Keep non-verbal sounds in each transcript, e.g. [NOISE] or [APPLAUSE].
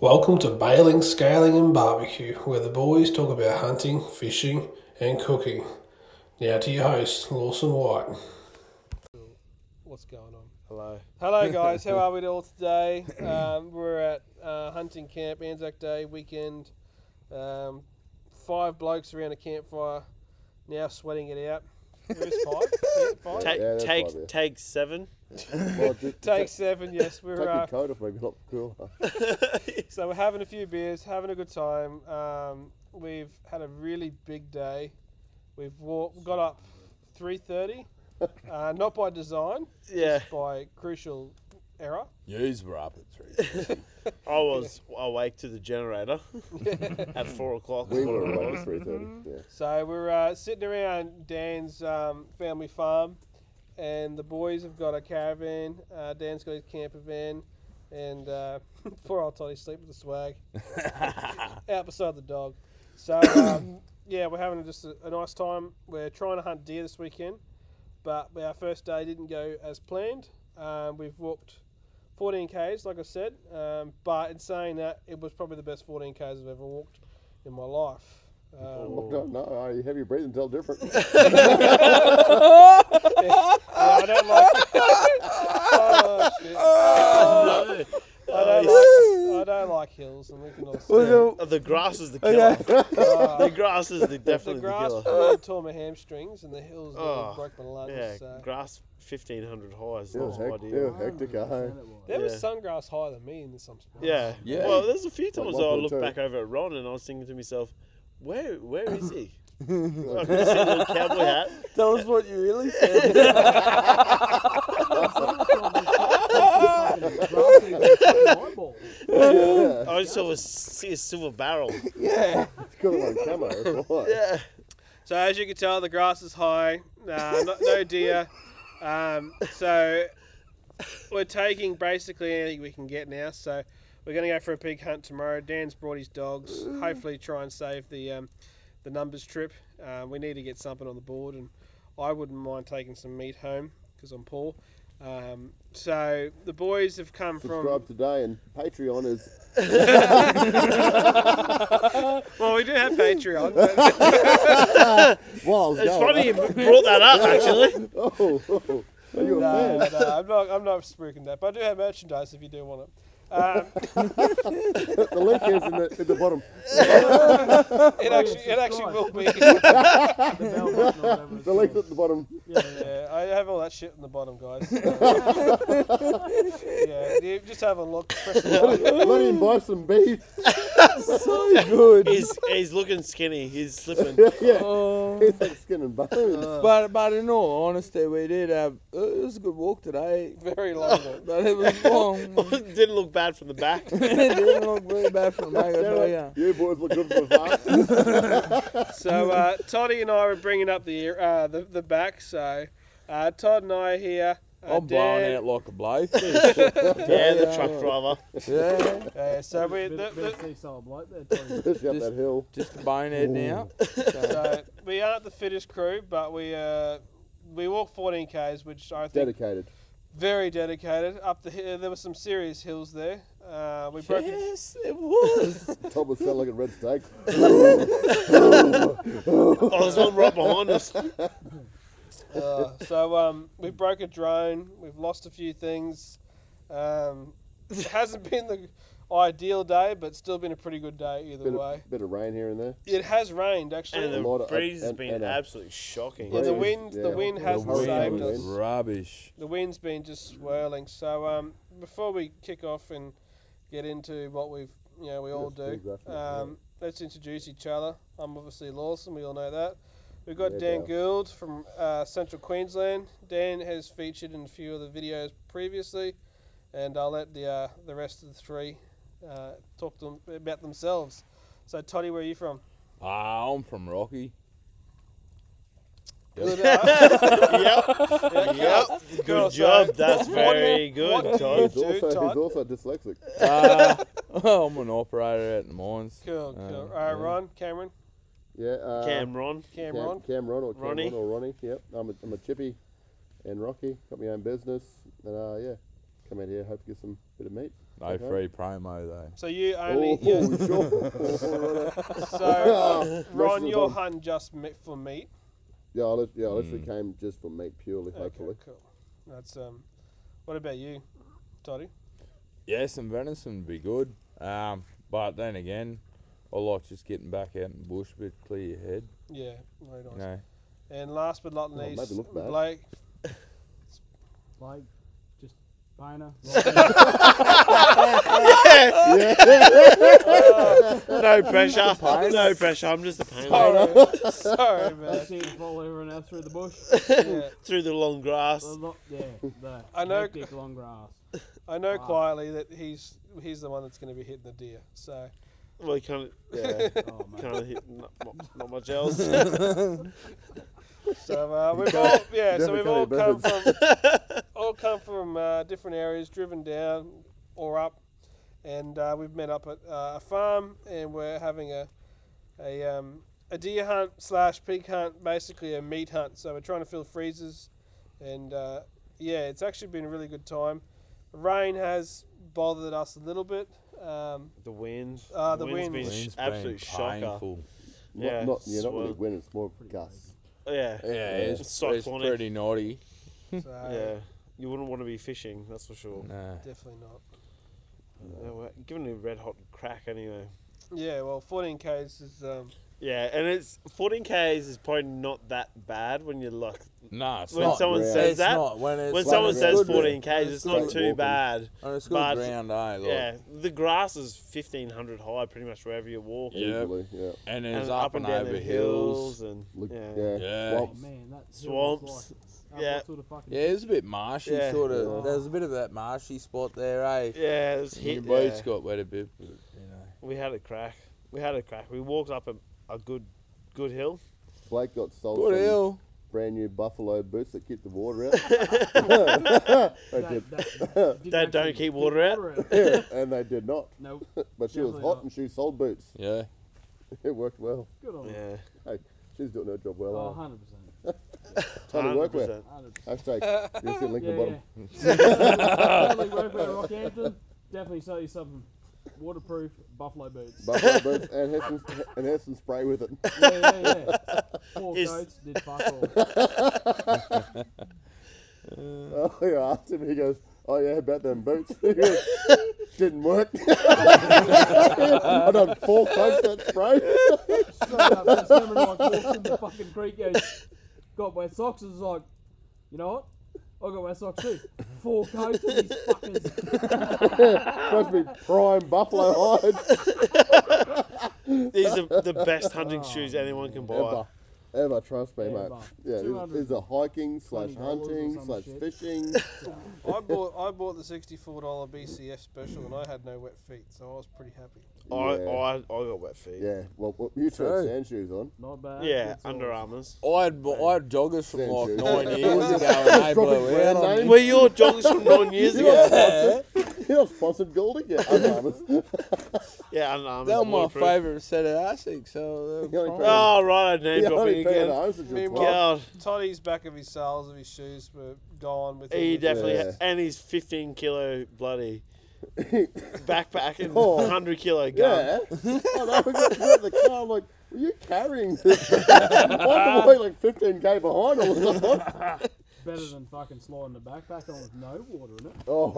Welcome to Bailing, Scaling and Barbecue, where the boys talk about hunting, fishing and cooking. Now to your host, Lawson White. What's going on? Hello. Hello guys, how are we all today? Um, we're at uh, hunting camp, Anzac Day weekend. Um, five blokes around a campfire, now sweating it out. There is five. Yeah, five. Ta- Take Yeah, that's take right there. take seven. Well, ju- Take seven. Yes, take we're your uh, coat off, maybe not [LAUGHS] cool. So we're having a few beers, having a good time. Um, we've had a really big day. We've walked, got up [LAUGHS] three thirty, uh, not by design, yeah, just by crucial error. Yous were up at three. I was awake to the generator at four o'clock. we were away at three thirty. Yeah. So we're uh, sitting around Dan's um, family farm, and the boys have got a caravan. Uh, Dan's got his camper van, and uh, [LAUGHS] poor old Toddy sleep with the swag out beside the dog. So um, yeah, we're having just a, a nice time. We're trying to hunt deer this weekend, but our first day didn't go as planned. Um, we've walked 14 k's, like I said, um, but in saying that, it was probably the best 14 k's I've ever walked in my life. Um, Well, no, no, oh, you have your breathing tell different. [LAUGHS] I don't [LAUGHS] like oh, shit. No. I don't [LAUGHS] like I don't like hills and we can all see it. Uh, the grass is the Oh, [LAUGHS] [LAUGHS] killer. the grass is the, the definitely the, grass killer. really tore my hamstrings and the hills really Oh, broke my lungs. Yeah, so. grass fifteen hundred high is It was not hec- ideal. it was hectic, eh? there was yeah. sungrass higher than me in some spots. Yeah. Yeah. Well, there's a few Like times I looked 1.2. back over at Ron and I was thinking to myself, where where is [LAUGHS] he? I could see a little cowboy hat. Tell us what you [LAUGHS] really said. I just saw a, see a silver barrel. It's got it on camera. it's all right. Yeah. So as you can tell, the grass is high. Uh, no, no deer. Um, so we're taking basically anything we can get now. So we're going to go for a pig hunt tomorrow. Dan's brought his dogs. Hopefully, try and save the um, the numbers trip. Uh, we need to get something on the board, and I wouldn't mind taking some meat home because I'm poor. Um, so the boys have come from. Subscribe today and Patreon is Well, we do have Patreon. But well, I was It's going, funny you brought that up actually. [LAUGHS] Oh, oh, are you a no, fan? no, I'm not. I'm not spooking that. But I do have merchandise if you do want it. Um, The link is in the, in the bottom. It actually, it actually will be. The link at the bottom. yeah, I have all that shit in the bottom, guys. yeah, you just have a look. press the button. Let him buy some beef. so good. He's he's looking skinny. He's slipping. yeah, Oh. Um, it's like skin and bones. but but in all honesty, we did have uh, it was a good walk today, Very long. though. but it was long. [LAUGHS] [LAUGHS] Didn't look bad from the back. it didn't look really bad for me. I tell ya. Sarah, you boys look good for the farm. [LAUGHS] So uh, Toddy and I were bringing up the uh, the, the back. So uh, Todd and I are here. Uh, I'm blowing Dan- out like a bloke. Yeah, the truck driver. [LAUGHS] yeah, Yeah, so we the, Bit- bit the, of seaside bloke there, Tony. Just up that hill. just a bonehead now. so we aren't the fittest crew, but we uh, we walked 14 k's, which I think Dedicated. very dedicated. Up the hill, there were some serious hills there. Uh, we broke. Yes, it was. Tom was sound like a red steak. Oh, there's one right behind us. Uh, so um, we broke a drone. We've lost a few things. Um, it hasn't been the ideal day, but still been a pretty good day either Bit way. of, bit of rain here and there. It has rained actually. And the lot of- breeze has and- been and, uh, absolutely shocking. [LAUGHS] yeah, the breeze, wind, the yeah. wind The the hasn't wind saved wind us. was rubbish. The wind's been just swirling. So um, before we kick off and get into what we've, you know, we all Yes, do, please, definitely, um, let's introduce each other. I'm obviously Lawson. We all know that. We've got Yeah, Dan Dan. Gould from uh, Central Queensland. Dan has featured in a few of the videos previously, and I'll let the uh, the rest of the three uh, talk to them about themselves. So Toddy, where are you from? Ah, I'm from Rocky. Good, uh, Yep. Girl, Good job. sorry. That's very good, Todd. He's Dude, also, Todd. he's also dyslexic. Uh, I'm an operator out in the mines. cool, Uh, cool. All right, yeah. Ron, Cameron, Yeah. Uh, Cameron. Cam- Cameron. Cameron or Cameron Ronnie. or Ronnie. Yep. I'm a, I'm a chippy and Rocky. Got my own business. And uh, yeah, come out here, hope to get some bit of meat. No Okay. free promo though. So you only. Oh, you [LAUGHS] sure. [LAUGHS] Ah, so, Rest Ron, of the you're bun. hunting just mi- for meat. yeah, I lit- yeah, I literally came just for meat purely, hopefully. Okay, cool. That's um. What about you, Toddy? Yeah, some venison would be good. Um, but then again, I like just getting back out in the bush a bit, clear your head. Yeah, very nice. You know, And last but not Oh, it least, made me look bad. [LAUGHS] Blake. Like, just boner. No pressure. No pressure. I'm just a pain Sorry, sorry, man. I've seen it fall over and out through the bush. Yeah. through the long grass. The lo- yeah, the I know- hectic long grass. I know Wow. quietly that he's he's the one that's going to be hitting the deer. So Well, you can't [LAUGHS] Yeah. Oh, man. can't hit not, not- not much else. So uh, we've all yeah, so definitely we've can't all be come from all come from uh, different areas, driven down or up, and uh, we've met up at uh, a farm and we're having a a um, a deer hunt slash pig hunt, basically a meat hunt. So we're trying to fill freezers, and uh, yeah, it's actually been a really good time. Rain has bothered us a little bit. Um, the wind. Ah, the wind's wind. been Wind's sh- absolute been shocker. painful. Yeah, Not, not, yeah, not really swell. wind, it's more gusts. Yeah. Yeah, it's, it's Cyclonic. pretty naughty. so Yeah. You wouldn't want to be fishing, that's for sure. Nah. definitely not. Yeah, well, Given a red hot crack anyway. Yeah, well, 14 k's is um, Yeah, and it's 14k's is probably not that bad when you're like Nah, it's When not someone ground. says It's that- not, when, it's when like someone a says good good, bit. 14 k's, it's not Like too walking. bad. And it's but- good ground, eh? Like, Yeah, the grass is 1500 high pretty much wherever you're walking. Yeah. Usually, yeah. And And it's up, and, over the hills. and Look, yeah. yeah. Yeah. Oh, Swamps. man, that Swamps. Yeah. Yeah, it's a bit marshy, Yeah. sort of. There's a bit of that marshy spot there, eh? Yeah, it was Your hit. boots yeah. got wet a bit, but, you know. We had a crack. We had a crack. We walked up a, a good, good hill. Blake got sold Good some hill. brand new buffalo boots that keep the water out. [LAUGHS] they did. That don't keep water out. [LAUGHS] Yeah, and they did not. Nope. But she was Definitely hot not. and she sold boots. [LAUGHS] Yeah. It worked well. Good on yeah. Yeah. Hey, she's doing her job well. Oh, eh? 100%. Trying to work with. 100%. 100%. Hashtag. You see the link [LAUGHS] Yeah, in the bottom. yeah. Definitely work with Rockhampton. Definitely sell you something. Waterproof buffalo boots. Buffalo [LAUGHS] boots and have some and have some spray with it. yeah, yeah, yeah. Four Is- goats did fuck all. Oh, [LAUGHS] yeah, I asked him. He goes, "Oh yeah, about them boots." [LAUGHS] He goes, Didn't work. [LAUGHS] I done four coats that spray. [LAUGHS] Straight up, just Cameron like walks in the fucking creek goes, got wet socks. And is like, you know what? I got wet socks too. Four coats of these fuckers. Supposed to be prime buffalo hide These are the best hunting shoes anyone can buy. ever, ever. Trust me, Ever. mate. Yeah, it's, it's a hiking slash $220 or hunting some slash shit. [LAUGHS] fishing. I bought I bought the sixty four dollar BCF special and I had no wet feet, so I was pretty happy. I, Yeah. I, I got wet feet. Yeah, well, well you two True. have sand shoes on. Not bad. Yeah, That's all. Under Armours. I had, I had joggers from Same like shit. nine years ago and Dropping they [LAUGHS] blew out brand on names. me. Were your joggers from nine years [LAUGHS] ago? Yeah. You're not sponsored Goldie yet. I'm honest. Yeah, Under Armours. They were my waterproof. favourite set of [LAUGHS] Asics, so The they only were pair- fine. Oh, right, I name You dropping only pair again. those is your Meanwhile- twelve. God, Toddy's back of his soles of his shoes were gone with all the- he definitely, Yeah. and he's 15 kilo [LAUGHS] bloody backpack and Oh. 100 kilo gun. [LAUGHS] Yeah. [LAUGHS] I know. We got, we got in the car. I'm like, were you carrying this? [LAUGHS] I'm way like 15k behind all the time. Better than fucking sliding the backpack on with no water in it. [LAUGHS] [LAUGHS] Oh,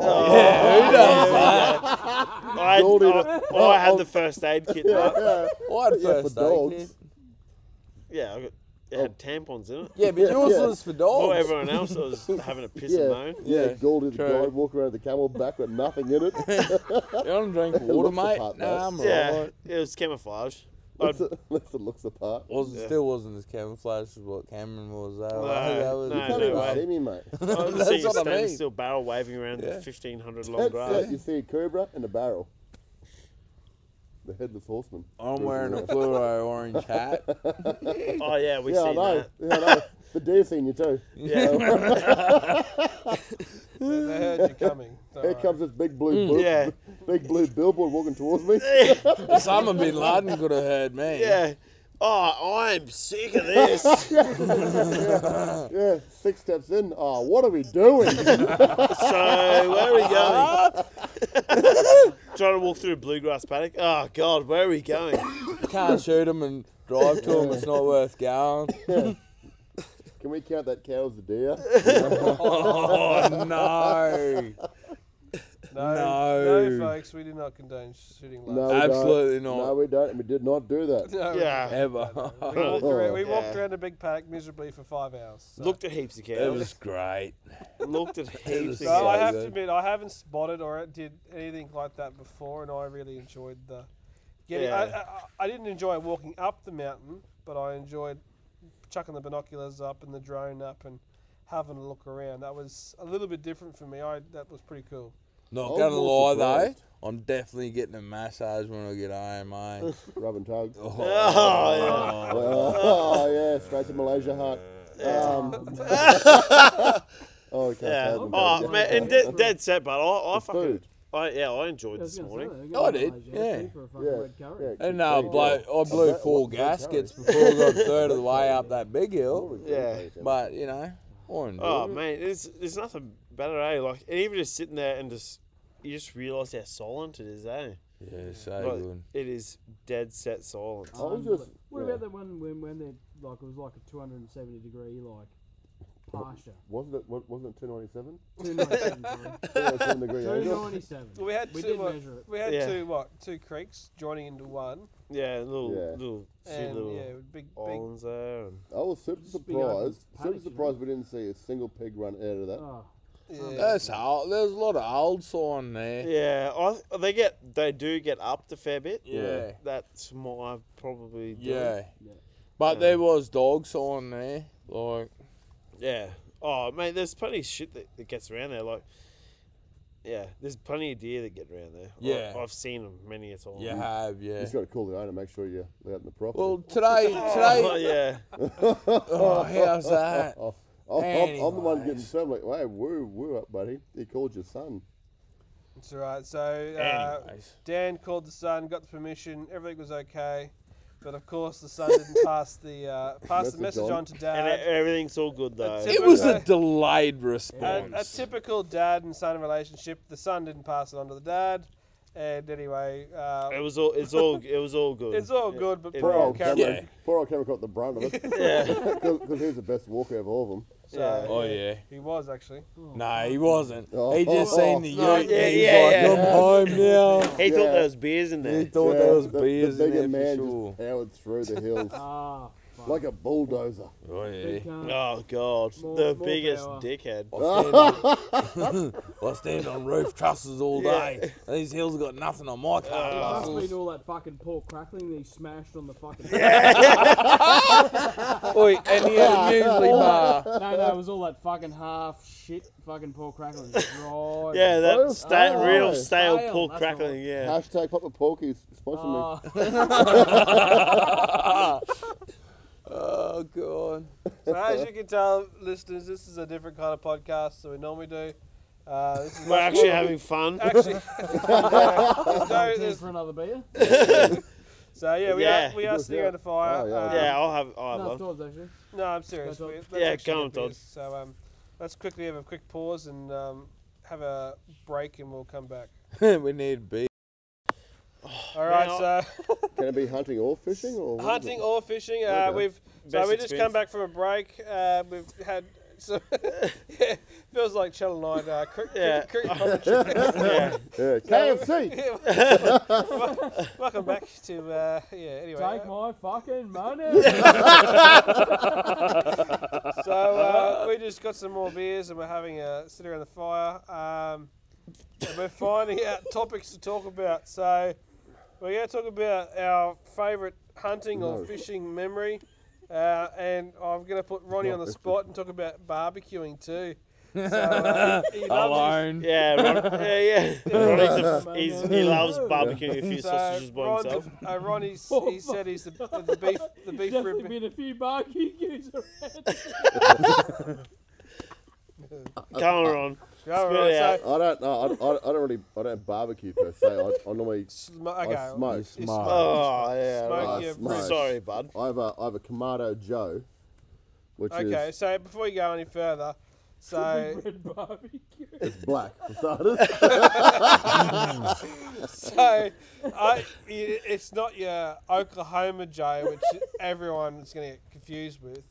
I, had- Goldie I, to- I had the first aid kit. Yeah, Oh. yeah. I had Yeah, for first aid. dogs. kit. yeah I got, it had tampons in it. Yeah, but yours Oh. yeah. oh. was for For dogs. everyone else, [LAUGHS] I was having a piss and Yeah, moan. yeah, Yeah, Goldie the true. guy walk around the camel back with nothing in it. [LAUGHS] [LAUGHS] You don't drink water, Looks mate? apart, Nah, I'm mate. Yeah, alright. it was camouflage. I'd, Unless it, unless it looks apart. You Wasn't Yeah. still wasn't as camouflage as what Cameron was though. No, that was no, can't no even way. see me, [LAUGHS] mate. [LAUGHS] I was That's seeing what I standing mean. still barrel waving around the Yeah. 1500 long That's grass. it. You see a cobra and a barrel. The headless horseman. I'm wearing a Yeah. fluoro orange [LAUGHS] hat. Oh, yeah, we Yeah, I seen know. that. Yeah, I know. The deer seen you [LAUGHS] too. Yeah, [LAUGHS] They heard you [LAUGHS] coming. Don't Here worry. comes this big Mm, blue, bill- yeah. [LAUGHS] big blue billboard walking towards me. Osama bin Laden could have heard me. yeah. Oh, I'm sick of this. Yeah, six steps in. Oh, what are we [LAUGHS] doing? so where are we going? [LAUGHS] Trying to walk through a bluegrass paddock. Oh God, where are we going? Can't shoot 'em and drive to 'em. It's not worth going. [LAUGHS] Can we count that cow as a deer? Oh no! No, No. no, folks, we do not condone shooting No, lions. we don't. Absolutely not. No, we don't. and We did not do that. [LAUGHS] [LAUGHS] No, Yeah, Ever. [LAUGHS] We walked, around, we walked Yeah. around a big paddock miserably for five hours. so- looked at heaps of It cows. was great. Looked [LAUGHS] at heaps was of So I Yeah, have cows. to yeah. admit, I haven't spotted or did anything like that before, and I really enjoyed the. Getting, Yeah. I, I, I didn't enjoy walking up the mountain, but I enjoyed chucking the binoculars up and the drone up and having a look around. That was a little bit different for me. I that was pretty cool. Not I was gonna more lie though, surprised. I'm definitely getting a massage when I get home, eh? [LAUGHS] mate. Rub and tug. Oh, [LAUGHS] [LAUGHS] Oh, yeah, straight to Malaysia heart. [LAUGHS] Um, oh, okay. yeah. yeah. I'm Oh, going man, to- and dead, dead set, but I, I The fucking, food. I, yeah, I enjoyed I was this gonna say, morning. they're Oh, I going to did, Malaysia yeah. For a fucking Yeah, red curry. yeah, And Uh, no, I good blow, food. I blew that- four what- that gaskets before I got a third of the way up that big hill. Yeah. But you know, I enjoyed Oh it. man, there's there's nothing better, eh? Like and even just sitting there and just you just realise how silent it is, eh? Yeah, so Like, good. it is dead set silent. I was Unbelievable. just- What yeah. about that one when when they like it was like a 270 degree like pasture? Wasn't it? wa- Wasn't it 297? 297. sorry. 297 [LAUGHS] degree angle. 297. Well, we had We two. did what- measure it. We had Yeah. two what? Two creeks joining into one, Yeah, little Yeah. little few and little yeah, big big. islands there and I was super Just being open surprised. paddock, Super you know. surprised we didn't see a single pig run out of that. Oh, Yeah. That's old. There's a lot of old sign there. yeah, I they get they do get up a fair bit. Yeah. that's my probably done. Yeah. Yeah. But there was dog sign there. Like, yeah. Oh man, there's plenty of shit that, that gets around there. Like yeah, there's plenty of deer that get around there. Yeah. I, have seen them many a time. you have, yeah. You just got to call the owner and make sure you're out in the property. Well, [LAUGHS] today, Oh, today, [LAUGHS] yeah. [LAUGHS] oh, how's that? Oh, [LAUGHS] I'm, I'm, I'm the one getting Anyways. served. Like, hey, woo, woo up, buddy. He called your son. It's all right. So uh, Anyways. Dan called the son, got the permission, everything was okay, but of course the son [LAUGHS] didn't pass the uh, pass the Message message on. on to And e- dad. everything's all good though. Uh, That's It was a Yeah. delayed A, a response. typical dad and son relationship. The son didn't pass it on to the dad, and anyway, uh, It was all. It's all. It was all good. it's all It- good. But it poor Poor old old Cameron. Yeah. Cameron. Poor old Cameron got the brunt of [LAUGHS] it. [LAUGHS] Yeah. Because he was the best walker of all of them. So, Yeah. Oh, yeah. he was actually. No, he wasn't. Oh. He just seen the Oh. youth. No, yeah, he's yeah, like, yeah. I'm home now. He thought Yeah. there was beers in He there. thought there was the, beers the in bigger there man for sure. just powered through the [LAUGHS] hills ah, fuck. like a bulldozer. Oh, yeah. [LAUGHS] Big cunt. Oh god, More- the more biggest power. dickhead. I stand, on, [LAUGHS] I stand on roof trusses all Yeah. day. And these hills got nothing on my car. It must have trusses. been all that fucking pork crackling that he smashed on the fucking. [LAUGHS] Oi, and he had a muesli bar. [LAUGHS] no, no, it was all that fucking half shit fucking pork crackling. Right. Yeah, that Oh, sta- oh, real oh. stale Stale, pork that's the crackling. one. Yeah. Hashtag Papa Porky's sponsoring Ah, Oh, God. So as you can tell, listeners, this is a different kind of podcast than we normally do. Uh, this is We're actually [LAUGHS] having fun. actually. [LAUGHS] [LAUGHS] no, [LAUGHS] time there's- for another beer. so yeah, we Yeah. are we are sitting around the fire. Oh, yeah, um, Yeah, I'll have. I'll have No, one. afterwards actually. No, I'm serious. Go, Todd. We- let's Yeah, actually go on, get Todd. this. So um, let's quickly have a quick pause and um, have a break, and we'll come back. we need beer. All right. Now- so me. Can it be hunting or fishing? or what is [LAUGHS] hunting it? or fishing. Uh, Okay. We've so Best we just come experience. back from a break. Uh, we've had. So [LAUGHS] yeah, feels like Channel Nine uh, cr- [LAUGHS] Yeah. cr- commentary. Yeah. Yeah, KFC! Welcome back to uh, yeah. Anyway, Take uh, my fucking money. so uh, we just got some more beers and we're having a sit around the fire. Um, and we're finding out [LAUGHS] topics to talk about. So we're going to talk about our favourite hunting or No. fishing memory. Uh, and I'm going to put Ronnie Not on [LAUGHS] the fishing. spot and talk about barbecuing [LAUGHS] too. So, uh, he loves [LAUGHS] Alone. [LAUGHS] Yeah, Ron, yeah, yeah. Ronnie's a, [LAUGHS] f- he's, he loves barbecuing a few his, sausages so by Ron, [LAUGHS] himself. uh, Ronnie's, [LAUGHS] he said he's the, the beef the beef Definitely rib. been a few barbecues around. Come on, Ron. All Spit right, it out. I don't know. I, I, I don't really. I don't barbecue per se. I, I [LAUGHS] normally. so, sm- okay. I smoke. You Smoke. Oh, yeah. Smoke right. your Smoke. Sorry, bud. I have a I have a Kamado Joe, which Okay, is so before you go any further, [LAUGHS] so Red barbecue. black for starters. so I, it- it's not your Oklahoma Joe, which everyone is going to get confused with.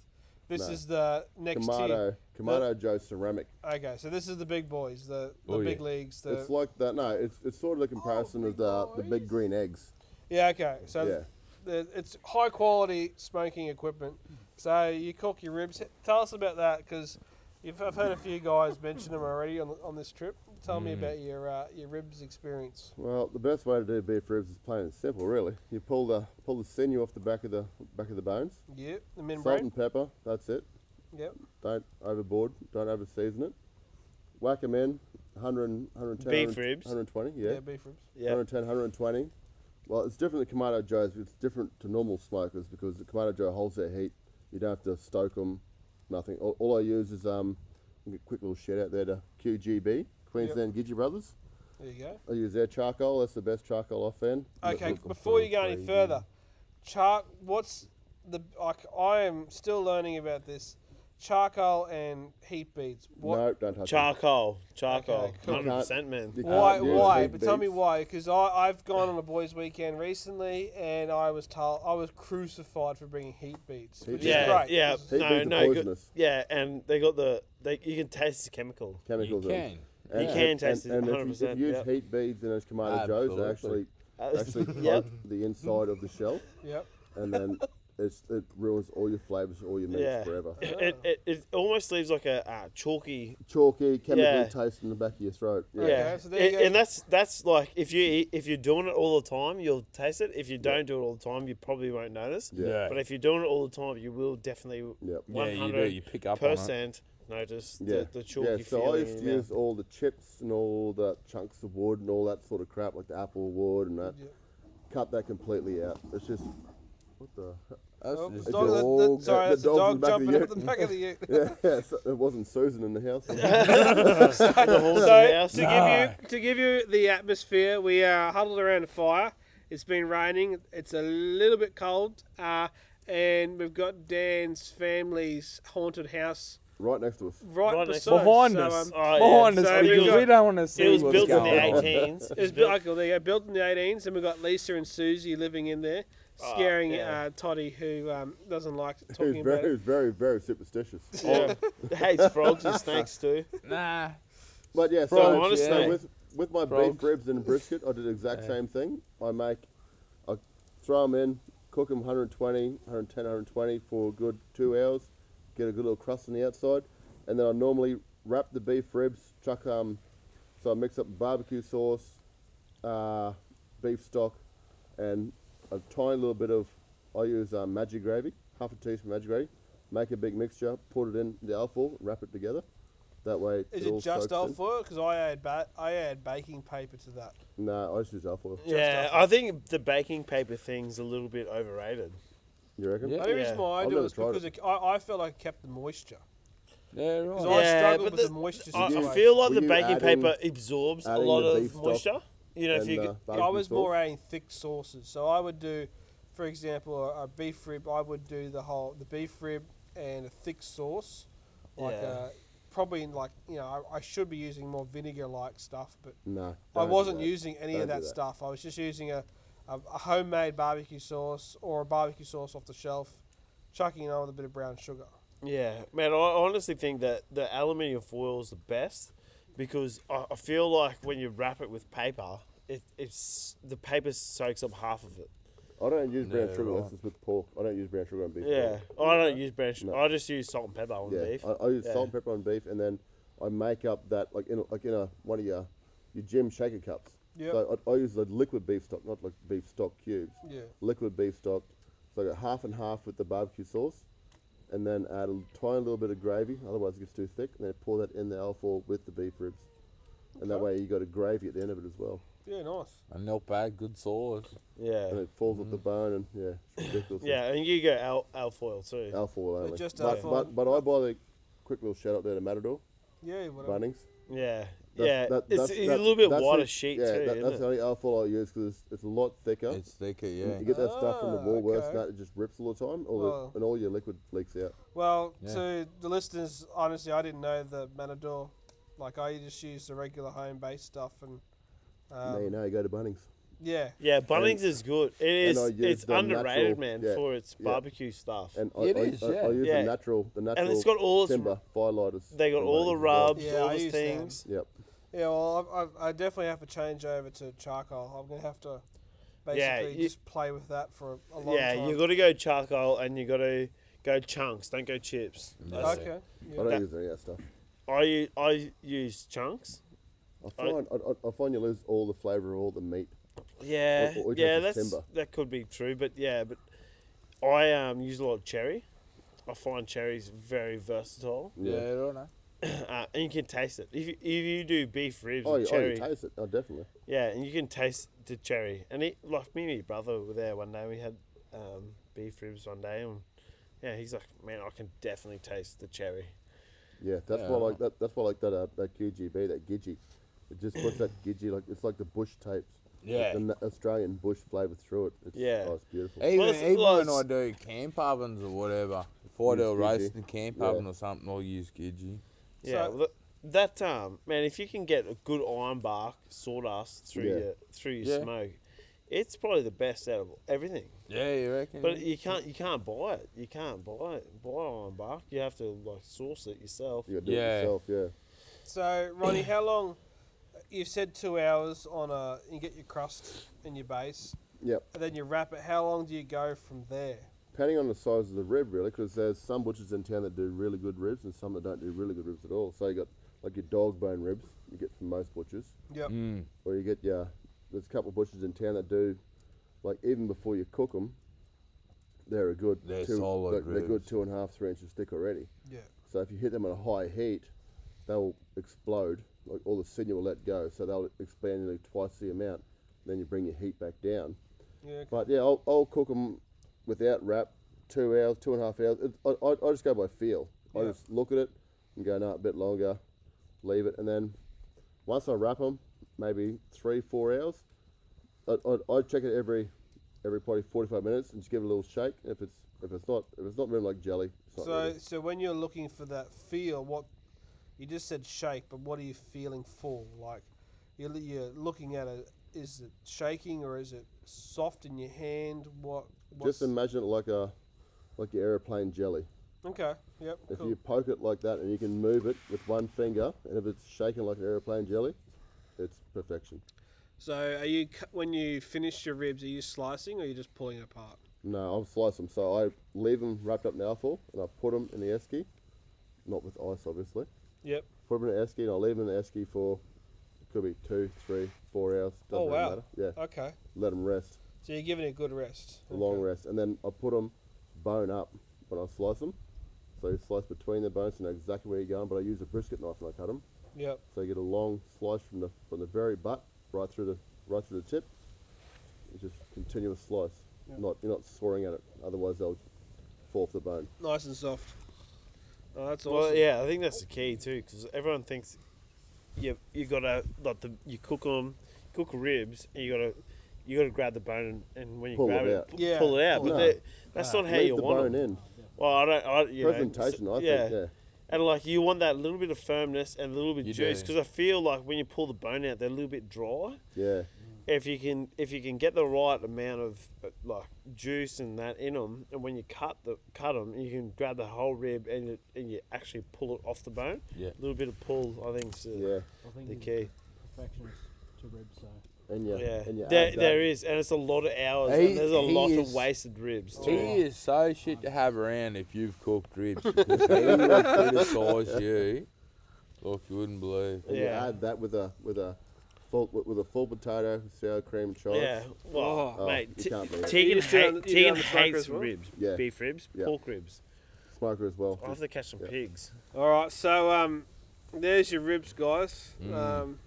This No. is the next tier. Kamado Kamado Joe ceramic. Okay, so this is the big boys, the, the Oh, big yeah. leagues. The, It's like that. No, it's it's sort of the comparison of the the big green eggs. yeah, okay. So Yeah. the, it's high quality smoking equipment. So you cook your ribs. Tell us about that because I've heard a few guys mention them already on, on this trip. Tell me about your uh, your ribs experience. Well, the best way to do beef ribs is plain and simple, really. You pull the pull the sinew off the back of the back of the bones. Yep, the Salt membrane. and pepper. That's it. Yep. Don't overboard. Don't over season it. Whack 'em in. 100, 110, Beef 100, ribs? 120. Yeah. Yeah. beef ribs. Yeah. 110, 120. Well, it's different than Kamado Joe's. It's different to normal smokers because the Kamado Joe holds their heat. You don't have to stoke them, nothing. All, all I use is, um, a quick little shout out there to QGB, Queensland Gidgee Brothers. There you go. I use their charcoal. That's the best charcoal I've found. Okay, before you go any further, char what's the like? I am still learning about this charcoal and heat beads. What? No, don't touch 'em. Charcoal. Charcoal. Okay, cool. 100%, man. You Why? can't use why? uh, heat But tell me beads. why? Because I've gone on a boys' weekend recently, and I was told I was crucified for bringing heat beads, which beads. is Yeah, great. yeah, Heat no, beads are no, good, poisonous. yeah, and they got the they you can taste the chemical. Chemicals in 'em. can. And- You can and- taste it and, and if you, if 100%, you use yep. heat beads in those Kamado Joes, they actually, Absolutely. actually Yep. coat the inside of the [LAUGHS] shell. Yep. and then it's, it ruins all your flavors, all your meats Yeah, forever. Ah. It, it, it almost leaves like a uh, chalky. Chalky, chemical Yeah. taste in the back of your throat. Yeah, so there you And- go. and that's that's like if you eat, if you're doing it all the time, you'll taste it. If you don't do it all the time, you probably won't notice. Yeah. Yeah. But if you're doing it all the time, you will definitely Yep. Yeah, one you do. hundred You pick up on it. percent notice Yeah. the, the chalky yeah, so I feeling. used in to your use all the chips and all the chunks of wood and all that sort of crap, like the apple wood and that. Yeah. Cut that completely out. It's just [LAUGHS] what the. That's Oh, just dog- your that- that- old- sorry, the that's the dog's in dog the back of jumping the out the back of the ute. Yeah, so it wasn't Susan in the house. [LAUGHS] [LAUGHS] mouth. So to No. give you to give you the atmosphere, we are huddled around a fire. It's been raining. It's a little bit cold, uh, and we've got Dan's family's haunted house right next to us. right, Right next- beside us. behind So, us. um, Oh, yeah. behind us So because you've we got- don't want to see It was what's built in going the on. 18s. It was built, [LAUGHS] like, well, there you go, built in the 18s, and we've got Lisa and Susie living in there, scaring yeah. uh, Toddy, who um, doesn't like Who's talking about very, it. who's very, very superstitious. Oh, hates frogs and [LAUGHS] snakes too. Nah. But yeah, Bro, so, honestly. so with with my Frogs. beef ribs and brisket, I did the exact same thing. I make, I throw them in, cook them 120, 110, 120 for a good two hours, get a good little crust on the outside, and then I normally wrap the beef ribs, chuck um, so I mix up barbecue sauce, uh, beef stock, and a tiny little bit of, I use um, magic gravy, half a teaspoon magic gravy. Make a big mixture, put it in the alfoil, wrap it together. That way, Is all eh? it just soaks in. alfoil? Because I add ba- I add baking paper to that. No, I just use alfoil. Yeah, I think the baking paper thing's a little bit overrated. You reckon? The Yeah. only reason Yeah. why I've I do it never was tried because it. it, I, I felt like it kept the moisture. Yeah, Because right. I Yeah, struggled but with the, the- moisture I, situation. I feel like were the you baking adding- paper absorbs a adding lot the beef of stock moisture. You know, if and, you uh, I barbecue was sauce? more adding thick sauces, so I would do, for example, a, a beef rib. I would do the whole the beef rib and a thick sauce, like Yeah. uh probably in like you know I, I should be using more vinegar like stuff, but No. I don't do wasn't that. using any of Don't do that, stuff. I was just using a, a, a homemade barbecue sauce or a barbecue sauce off the shelf, chucking it on with a bit of brown sugar. Yeah, man, I honestly think that the aluminium foil is the best because I, I feel like when you wrap it with paper, it, it's the paper soaks up half of it. I don't use brown No, sugar right. unless it's with pork. I don't use brown sugar on beef. Yeah, at I don't use brown sugar. No. I just use salt and pepper on all. Yeah. beef. I, I use Yeah. salt and pepper on beef, and then I make up that like in a, like in a one of your your gym shaker cups. Yep. So I, I use the liquid beef stock, not like beef stock cubes. Yeah. Liquid beef stock. So I got half and half with the barbecue sauce, and then add a tiny little bit of gravy. Otherwise, it gets too thick. And then pour that in the alfoil with the beef ribs, and that way you got a gravy at the end of it as well. Yeah, nice. And not bad, good sauce. yeah, And it falls off the Mm. bone, and yeah, it's ridiculous. yeah, and you go al- alfoil too. Alfoil only. just uh, but, alfoil. But, but I buy the quick little shout out there to Matador Yeah, whatever. Bunnings. Yeah. That's- yeah. that- it's, that's- it's a that- little bit that's the- wider sheet yeah, too. that- isn't that's it? the only alcohol I use because it's, it's a lot thicker. It's thicker, yeah. You get that stuff from the Ah, Woolworths okay. and that it just rips all the time, all Well. the, and all your liquid leaks out. Well, Yeah. to the listeners, honestly, I didn't know the Matador. Like, I just used the regular home based stuff, and Now you um, know you go to Bunnings. yeah, Yeah, Bunnings is good. It is. I use It's the underrated, natural- man, yeah, for its yeah. barbecue stuff. And I, It I, is, I, yeah. I use Yeah. the natural, the natural. And it's got all its- timber firelighters. they got from all the Bunnings as well. rubs, Yeah, all I these use them. things. Yep. yeah. Well, I, I, I definitely have to change over to charcoal. I'm gonna have to Yeah, basically you- just play with that for a, a long Yeah, time. you got to go charcoal and you got to go chunks. Don't go chips. That's it. okay. I don't Yeah. That- use any of that stuff. I u- I use chunks. I I- find I, I, I find you lose all the flavour of all the meat. Yeah, Or- or just yeah, with that's timber. that could be true, but yeah, but I um use a lot of cherry. I find cherries very versatile, Yeah, I don't know. uh, and you can taste it. If you, if you do beef ribs Oh, with you, oh, you cherry, taste it. Oh, definitely. yeah, and you can taste the cherry. And it, like me and my brother were there one day. We had um, beef ribs one day, and yeah, he's like, man, I can definitely taste the cherry. Yeah, that's Yeah, why I I like that. That's why I like that. Uh, that QGB, that Gidgey. It just puts that Gidgey like it's like the bush tapes. Yeah. Eh, The na- Australian bush flavour through it. It's, Yeah. Oh, it's beautiful. Even, Well, it's- even well, when I it's- do camp ovens or whatever, if I do a Use roast Gidgee. in camp Yeah. oven or something, I'll use Gidgee. Yeah, So- well, that, that um man, if you can get a good iron bark sawdust through Yeah. your through your Yeah. smoke, it's probably the best out of everything. Yeah, you reckon? But you can't you can't buy it. You can't buy it. Buy iron bark. You have to like source it yourself. You got to do Yeah. it yourself. Yeah. So, Ronnie, how long? You said two hours on a. You get your crust and your base, Yep. and then you wrap it. How long do you go from there? Depending on the size of the rib, really, because there's some butchers in town that do really good ribs and some that don't do really good ribs at all. So you got like your dog bone ribs you get from most butchers, Yep. Mm. or you get your there's a couple of butchers in town that do like even before you cook them, they're a good They're two, solid they're, they're good ribs. two and a half three inches thick already. Yeah. So if you hit them at a high heat, they'll explode. Like all the sinew will let go, so they'll expand nearly twice the amount. Then you bring your heat back down. Yeah. okay. But yeah, I'll, I'll cook them without wrap, two hours, two and a half hours. It, I, I, I just go by feel. I Yeah. just look at it and go, no, a bit longer, leave it. And then once I wrap them, maybe three, four hours, I, I, I check it every every probably 45 minutes and just give it a little shake. If it's if it's not if it's not moving like jelly, it's not So, ready. so when you're looking for that feel, what you just said shake, but what are you feeling for? Like you're, li- you're looking at it. Is it shaking or is it soft in your hand? What? What's, Just imagine it like a like your aeroplane jelly. okay. Yep. If Cool. you poke it like that and you can move it with one finger, and if it's shaking like an aeroplane jelly, it's perfection. So, are you cu- when you finish your ribs? Are you slicing or are you just pulling it apart? No, I'll slice them. So I leave them wrapped up in alfoil and I put them in the esky, not with ice obviously. Yep. Put them in the esky and I leave them in the esky for it could be two, three, four hours. Oh doesn't really wow. matter. Yeah, Okay. let them rest, So you're giving it a good rest. a long Okay. rest, and then I put them bone up when I slice them. So you slice between the bones to know exactly where you're going. But I use a brisket knife and I cut them. Yep. So you get a long slice from the from the very butt right through the right through the tip. It's just continuous slice. Not you're not sawing at it, otherwise they'll fall off the bone. Nice and soft. Oh, that's awesome. Well, yeah, I think that's the key too, because everyone thinks you you gotta like the you cook them, cook ribs, and you gotta you gotta grab the bone and, and when you Pull grab it it, out. pu- Yeah. pull it out. No. But that that's not how Leave you the want bone 'em. in. Well, I don't. I, you know, it's- Presentation, I think. Yeah. And like you want that little bit of firmness and a little bit You juice do. because I feel like when you pull the bone out, they're a little bit dry. Yeah. If you can, if you can get the right amount of uh, like juice and that in them, and when you cut the cut them, you can grab the whole rib and you, and you actually pull it off the bone. Yeah. a little bit of pull, I think, is Yeah. the, I think the he's key. a perfectionist to ribs, so. And you, Yeah, and you there, add that. there is, and it's a lot of hours, He- and there's a he lot of is- wasted ribs He too. is so shit to have around if you've cooked [LAUGHS] ribs. because he would criticise [LAUGHS] you like you wouldn't believe. And Yeah. you add that with a with a full with, with a full potato, sour cream, chives. Yeah, well, Oh, mate, you t- can't beat it. You Tegan, used to hate- have- you did Tegan have the smoker hates as well? ribs, Yeah. beef ribs, Yeah. pork ribs. Smoker as well. I have to catch some yeah. pigs. All right, so um, there's your ribs, guys. Um,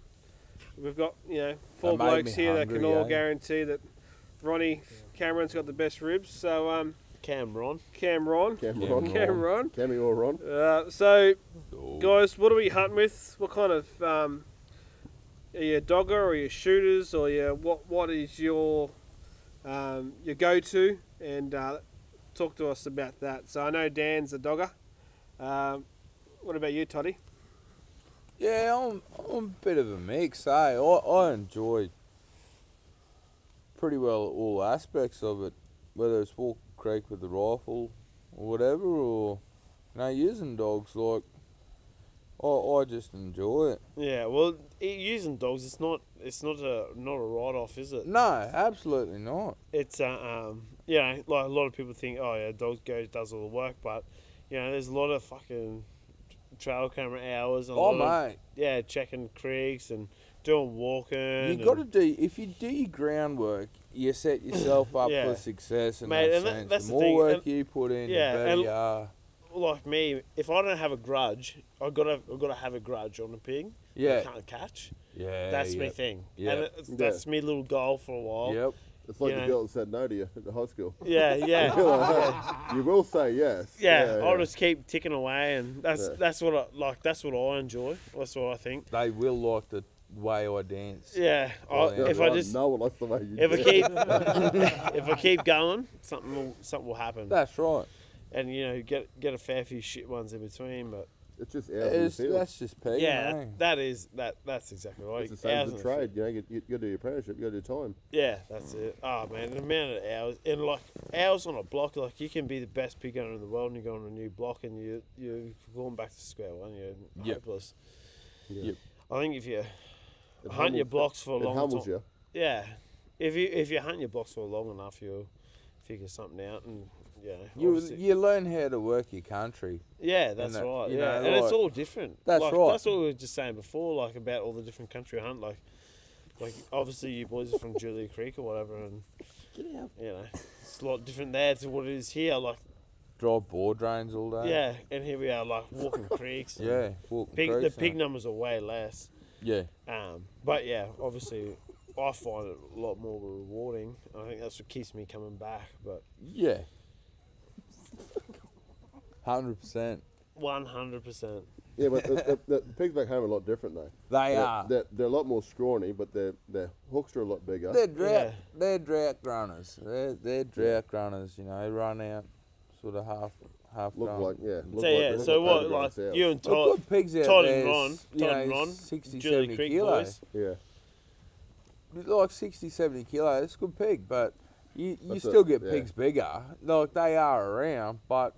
we've got you know four Mm. That made me blokes here that hungry, can all eh? guarantee that Ronnie Cameron's got the best ribs. So um, Cameron. Cameron. Cameron. Cameron. Cammy or Ron. Uh, so, Oh, guys, what are we hunting with? What kind of um, are you a dogger or your shooters or your what? What is your um, your go to? And uh, talk to us about that. So I know Dan's a dogger. Um, what about you, Toddy? Yeah, I'm, I'm a bit of a mix, eh? I, I enjoy pretty well all aspects of it, whether it's walk creek with the rifle or whatever, or you know, using dogs. Like, I, I just enjoy it. Yeah, well, i using dogs, it's not, it's not a, not a write off, is it? No, absolutely not. It's, uh, um, you know, like a lot of people think, oh yeah, dogs goes does all the work, but you know, there's a lot of fucking trail camera hours. And a Oh, lot of- mate, yeah, checking creeks and doing walking. you and- got to do if you do your groundwork, you set yourself [COUGHS] up Yeah. for success. In Mate, that and that- sense. that's the the more thing, work and- you put in, yeah, the better and- you are. like me, if I don't have a grudge, I gotta I gotta have a grudge on a pig. Yeah. I can't catch. Yeah, That's yeah. me thing. Yeah. And it, that's me little goal for a while. Yep. It's like Yeah. the girl that said no to you at the high [LAUGHS] school. [LAUGHS] Yeah, [LAUGHS] yeah. you will say yes. Yeah, I'll just keep ticking away, and that's Yeah. that's what I like. That's what I enjoy. That's what I think. They will like the way I dance. Yeah, Well, I, yeah, if no, I just no one likes the way you. if I do it. keep if I keep going, something will something will happen, That's right. and you know get get a fair few shit ones in between. But it's just out in the It's, field. that's just peeing. yeah, eh? that is that that's exactly right. It's the same as Hours a in the trade. You know, you, you got to do your apprenticeship. You got to do time. Yeah, that's it. Oh man, the amount of hours and like hours on a block, like you can be the best pig owner in the world, and you go on a new block, and you you're going back to square one. You're Yep. hopeless. Yep. I think if you It hunt your humbles- blocks for a It long humbles time, you. yeah, if you if you hunt your blocks for long enough, you'll figure something out, and yeah, You obviously- you learn how to work your country. yeah, that's that, right. you yeah, know, and like- it's all different. That's Like, right. That's what we were just saying before, like about all the different country hunt, like. Like obviously you boys are from Julia Creek or whatever, and you know it's a lot different there to what it is here. Like Drive board drains all day. Yeah, and here we are, like [LAUGHS] walking creeks. and Yeah. Walking pig, the creeks, pig eh? numbers are way less. Yeah. Um, but yeah, obviously, I find it a lot more rewarding. I think that's what keeps me coming back. But Yeah. Hundred percent. one hundred percent, Yeah, but the, the, the, the pigs back home are a lot different though. They They're- are. They're, They're, they're a lot more scrawny, but their their hooks are a lot bigger. drought. Yeah. They're drought runners. They're they're drought runners. You know, run out, sort of half half. look done. like yeah. Look So like, yeah, look so what? Like photographs out. you and But Todd, good pigs out Todd there. and Ron, is, Todd you know, and Ron, 60, Julie 70 Creek kilos. boys. yeah. like 60, 70 kilos. It's a good pig, but you, you That's still it, get yeah. pigs bigger. Like they are around, but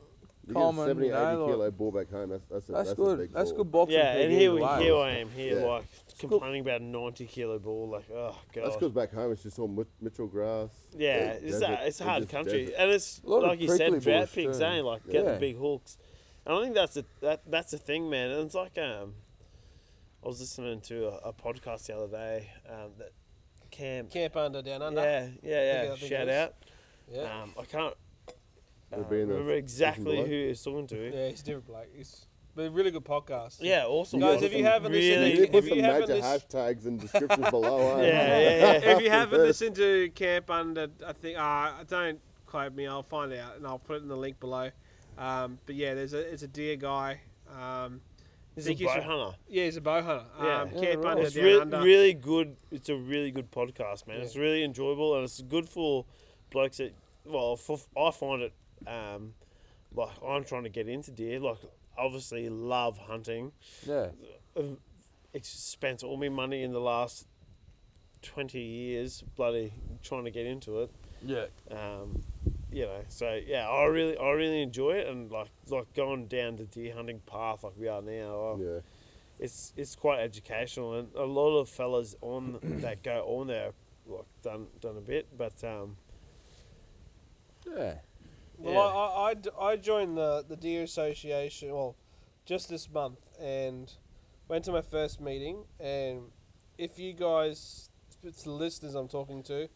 You get a common, 70, you know, 80 like- kilo ball back home. That's that's a, that's, that's A good. big That's ball. good boxing. yeah, pig and here either we way. here I am here, Yeah. like complaining about a ninety kilo ball. Like oh god, That's because back home it's just all mit- Mitchell grass. Yeah, uh, it's, desert, a, it's a hard just country, desert. and it's A lot of like you said, prickly drought bush pigs, too. eh? Like get Yeah. the big hooks. And I think that's a that that's a thing, man. And it's like um, I was listening to a, a podcast the other day um, that Cam, Camp under, down under. yeah, I yeah, yeah, think it shout is. out. yeah. Um, I can't uh, We'll be in the remember description exactly below. who he was talking to. Yeah, he's different, Blake. It's been a really good podcast. Yeah, awesome. Guys, Awesome. if you haven't listened You Like, need really, to put if some you haven't major lis- hashtags in descriptions below. eh? [LAUGHS] yeah, yeah, [LAUGHS] yeah. [LAUGHS] if you haven't Yes. listened to Camp Under, I think uh, don't quote me. I'll find out and I'll put it in the link below. Um, but yeah, there's a it's a deer guy. Um, He's think a you should- bow hunter. yeah, he's a bow hunter. Um, Yeah. Camp Yeah, right. Under, It's down really, under. really good. It's a really good podcast, man. Yeah. It's really enjoyable and it's good for blokes that. Well, for, I find it um, like I'm trying to get into deer. Like, obviously, love hunting. Yeah. I've ex- spent all my money in the last twenty years, bloody trying to get into it. Yeah. Um, you know, so yeah, I really, I really enjoy it, and like, like going down the deer hunting path like we are now. I, yeah. it's it's quite educational, and a lot of fellas [CLEARS THROAT] on that go on there like done done a bit, but um, Yeah. Well, Yeah. I- I, I d- I joined the, the deer association, well, just this month, and went to my first meeting. And if you guys, it's the listeners I'm talking to,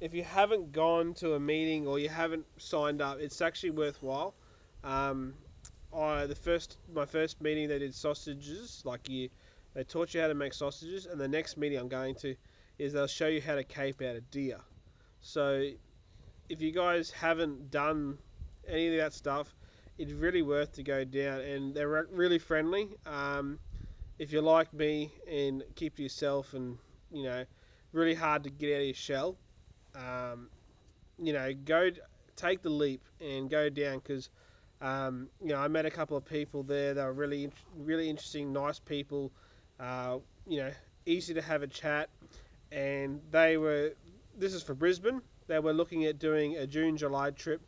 if you haven't gone to a meeting or you haven't signed up, it's actually worthwhile. Um, I the first my first meeting they did sausages, like you, they taught you how to make sausages, and the next meeting I'm going to is they'll show you how to cape out a deer. So if you guys haven't done any of that stuff, it's really worth to go down. And they're re- really friendly. Um, if you're like me and keep to yourself and, you know, really hard to get out of your shell, um, you know, go take the leap and go down because, um, you know, I met a couple of people there. They were really, int- really interesting, nice people. Uh, you know, easy to have a chat, and they were. This is for Brisbane. They were looking at doing a June July trip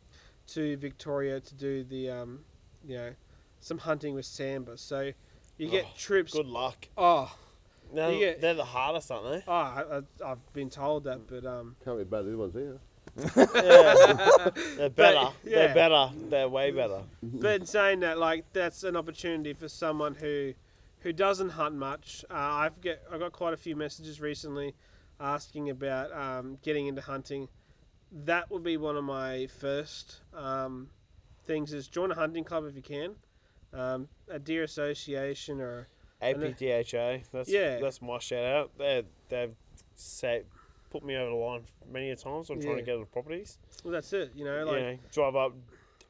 to Victoria to do the, um, you know, some hunting with Samba. So you get Oh, trips. Good luck. Oh, They're, You get- they're the hardest, aren't oh I, I, I've been told that, but um, Can't be bad. These ones here. they? Yeah. they're better. Oh, yeah. They're better. They're way better. But in saying that, like that's an opportunity for someone who who doesn't hunt much. Uh, I've get I got quite a few messages recently asking about um, getting into hunting. That would be one of my first um, things is join a hunting club if you can, um, a deer association or And then- APDHA. That's Yeah. that's my shout out. They they've say, put me over the line many a times. when I'm trying Yeah. to get into properties. well, that's it. You know, You like know, drive up,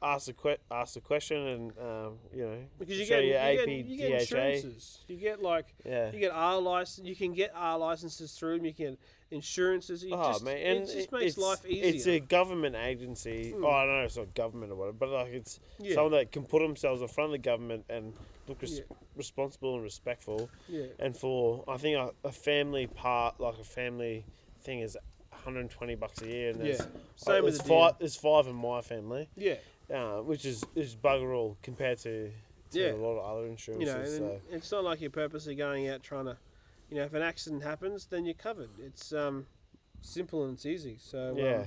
ask the que- ask the question, and um, you know, because you show get you, your get you get APDHA. insurances. You get like Yeah. you get R license. You can get R licenses through them. You can insurances. It Oh just, man, it and just it- makes it's, life easier. It's a government agency. Mm. Oh, I know it's not government or whatever, but like it's Yeah. someone that can put themselves in front of the government and look res- Yeah. responsible and respectful. yeah. And for I think a, a family part, like a family thing, is 120 bucks a year, and Yeah. there's, Same uh, with there's the five. There's five in my family, Yeah, uh, which is is bugger all compared to, to Yeah. a lot of other you insurances. know, and so. it's not like you're purposely going out trying to, you know, if an accident happens, then you're covered. It's um, simple and it's easy. So um, Yeah,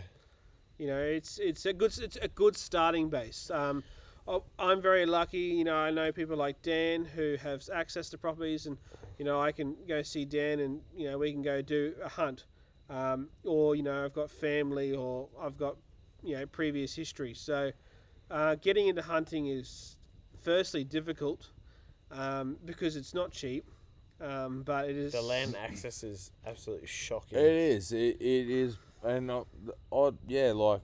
you know, it's it's a good it's a good starting base. Um, I- I'm very lucky, you know. I know people like Dan who have access to properties, and you know, I can go see Dan, and you know, we can go do a hunt, um, or you know, I've got family, or I've got you know previous history. So, uh, getting into hunting is firstly difficult um, because it's not cheap, um, but it is the land access is absolutely shocking. It is. It, it is, and uh, I, yeah, like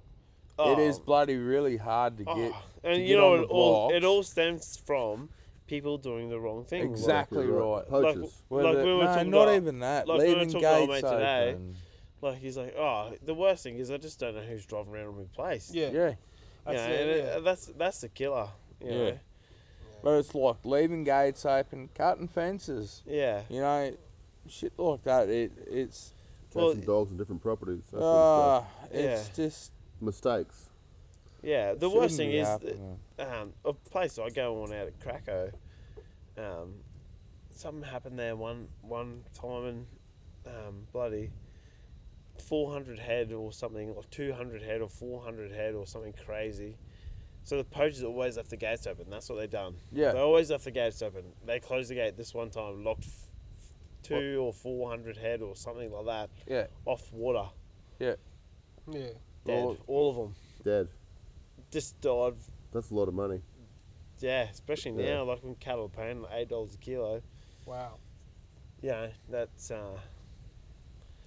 it is Oh. bloody really hard to get. Oh, to and get you know on it the all it blocks. all stems from people doing the wrong thing. Exact- Exactly Like, right. Poachers. Whether- like we were no, talking not about- even that. like we were Leaving talking about, gates mate, today. open. Like he's like, oh, the worst thing is I just don't know who's driving around on my place. yeah, Yeah, you know, that's and it, it- yeah. that's that's the killer. You Yeah. know? but it's like leaving gates open, cutting fences. yeah, You know, shit like that. It it's Well, Cats and dogs and different properties. That sort of uh, stuff. it's Yeah. just uh, Mistakes. yeah. The shouldn't worst thing be is, happening. um, a place I go on out at Krakow. Um, something happened there one one time and um, bloody four hundred head or something, or two hundred head or four hundred head or something crazy. So the poachers always left the gates open. That's what they done. Yeah. they always left the gates open. They closed the gate this one time, locked f- two or four hundred head or something like that yeah, off water. yeah. yeah. Dead. Well- all of them Dead. just died. That's a lot of money. Yeah, especially now, Yeah. like when cattle are paying like eight dollars a kilo. Wow. Yeah, that's uh,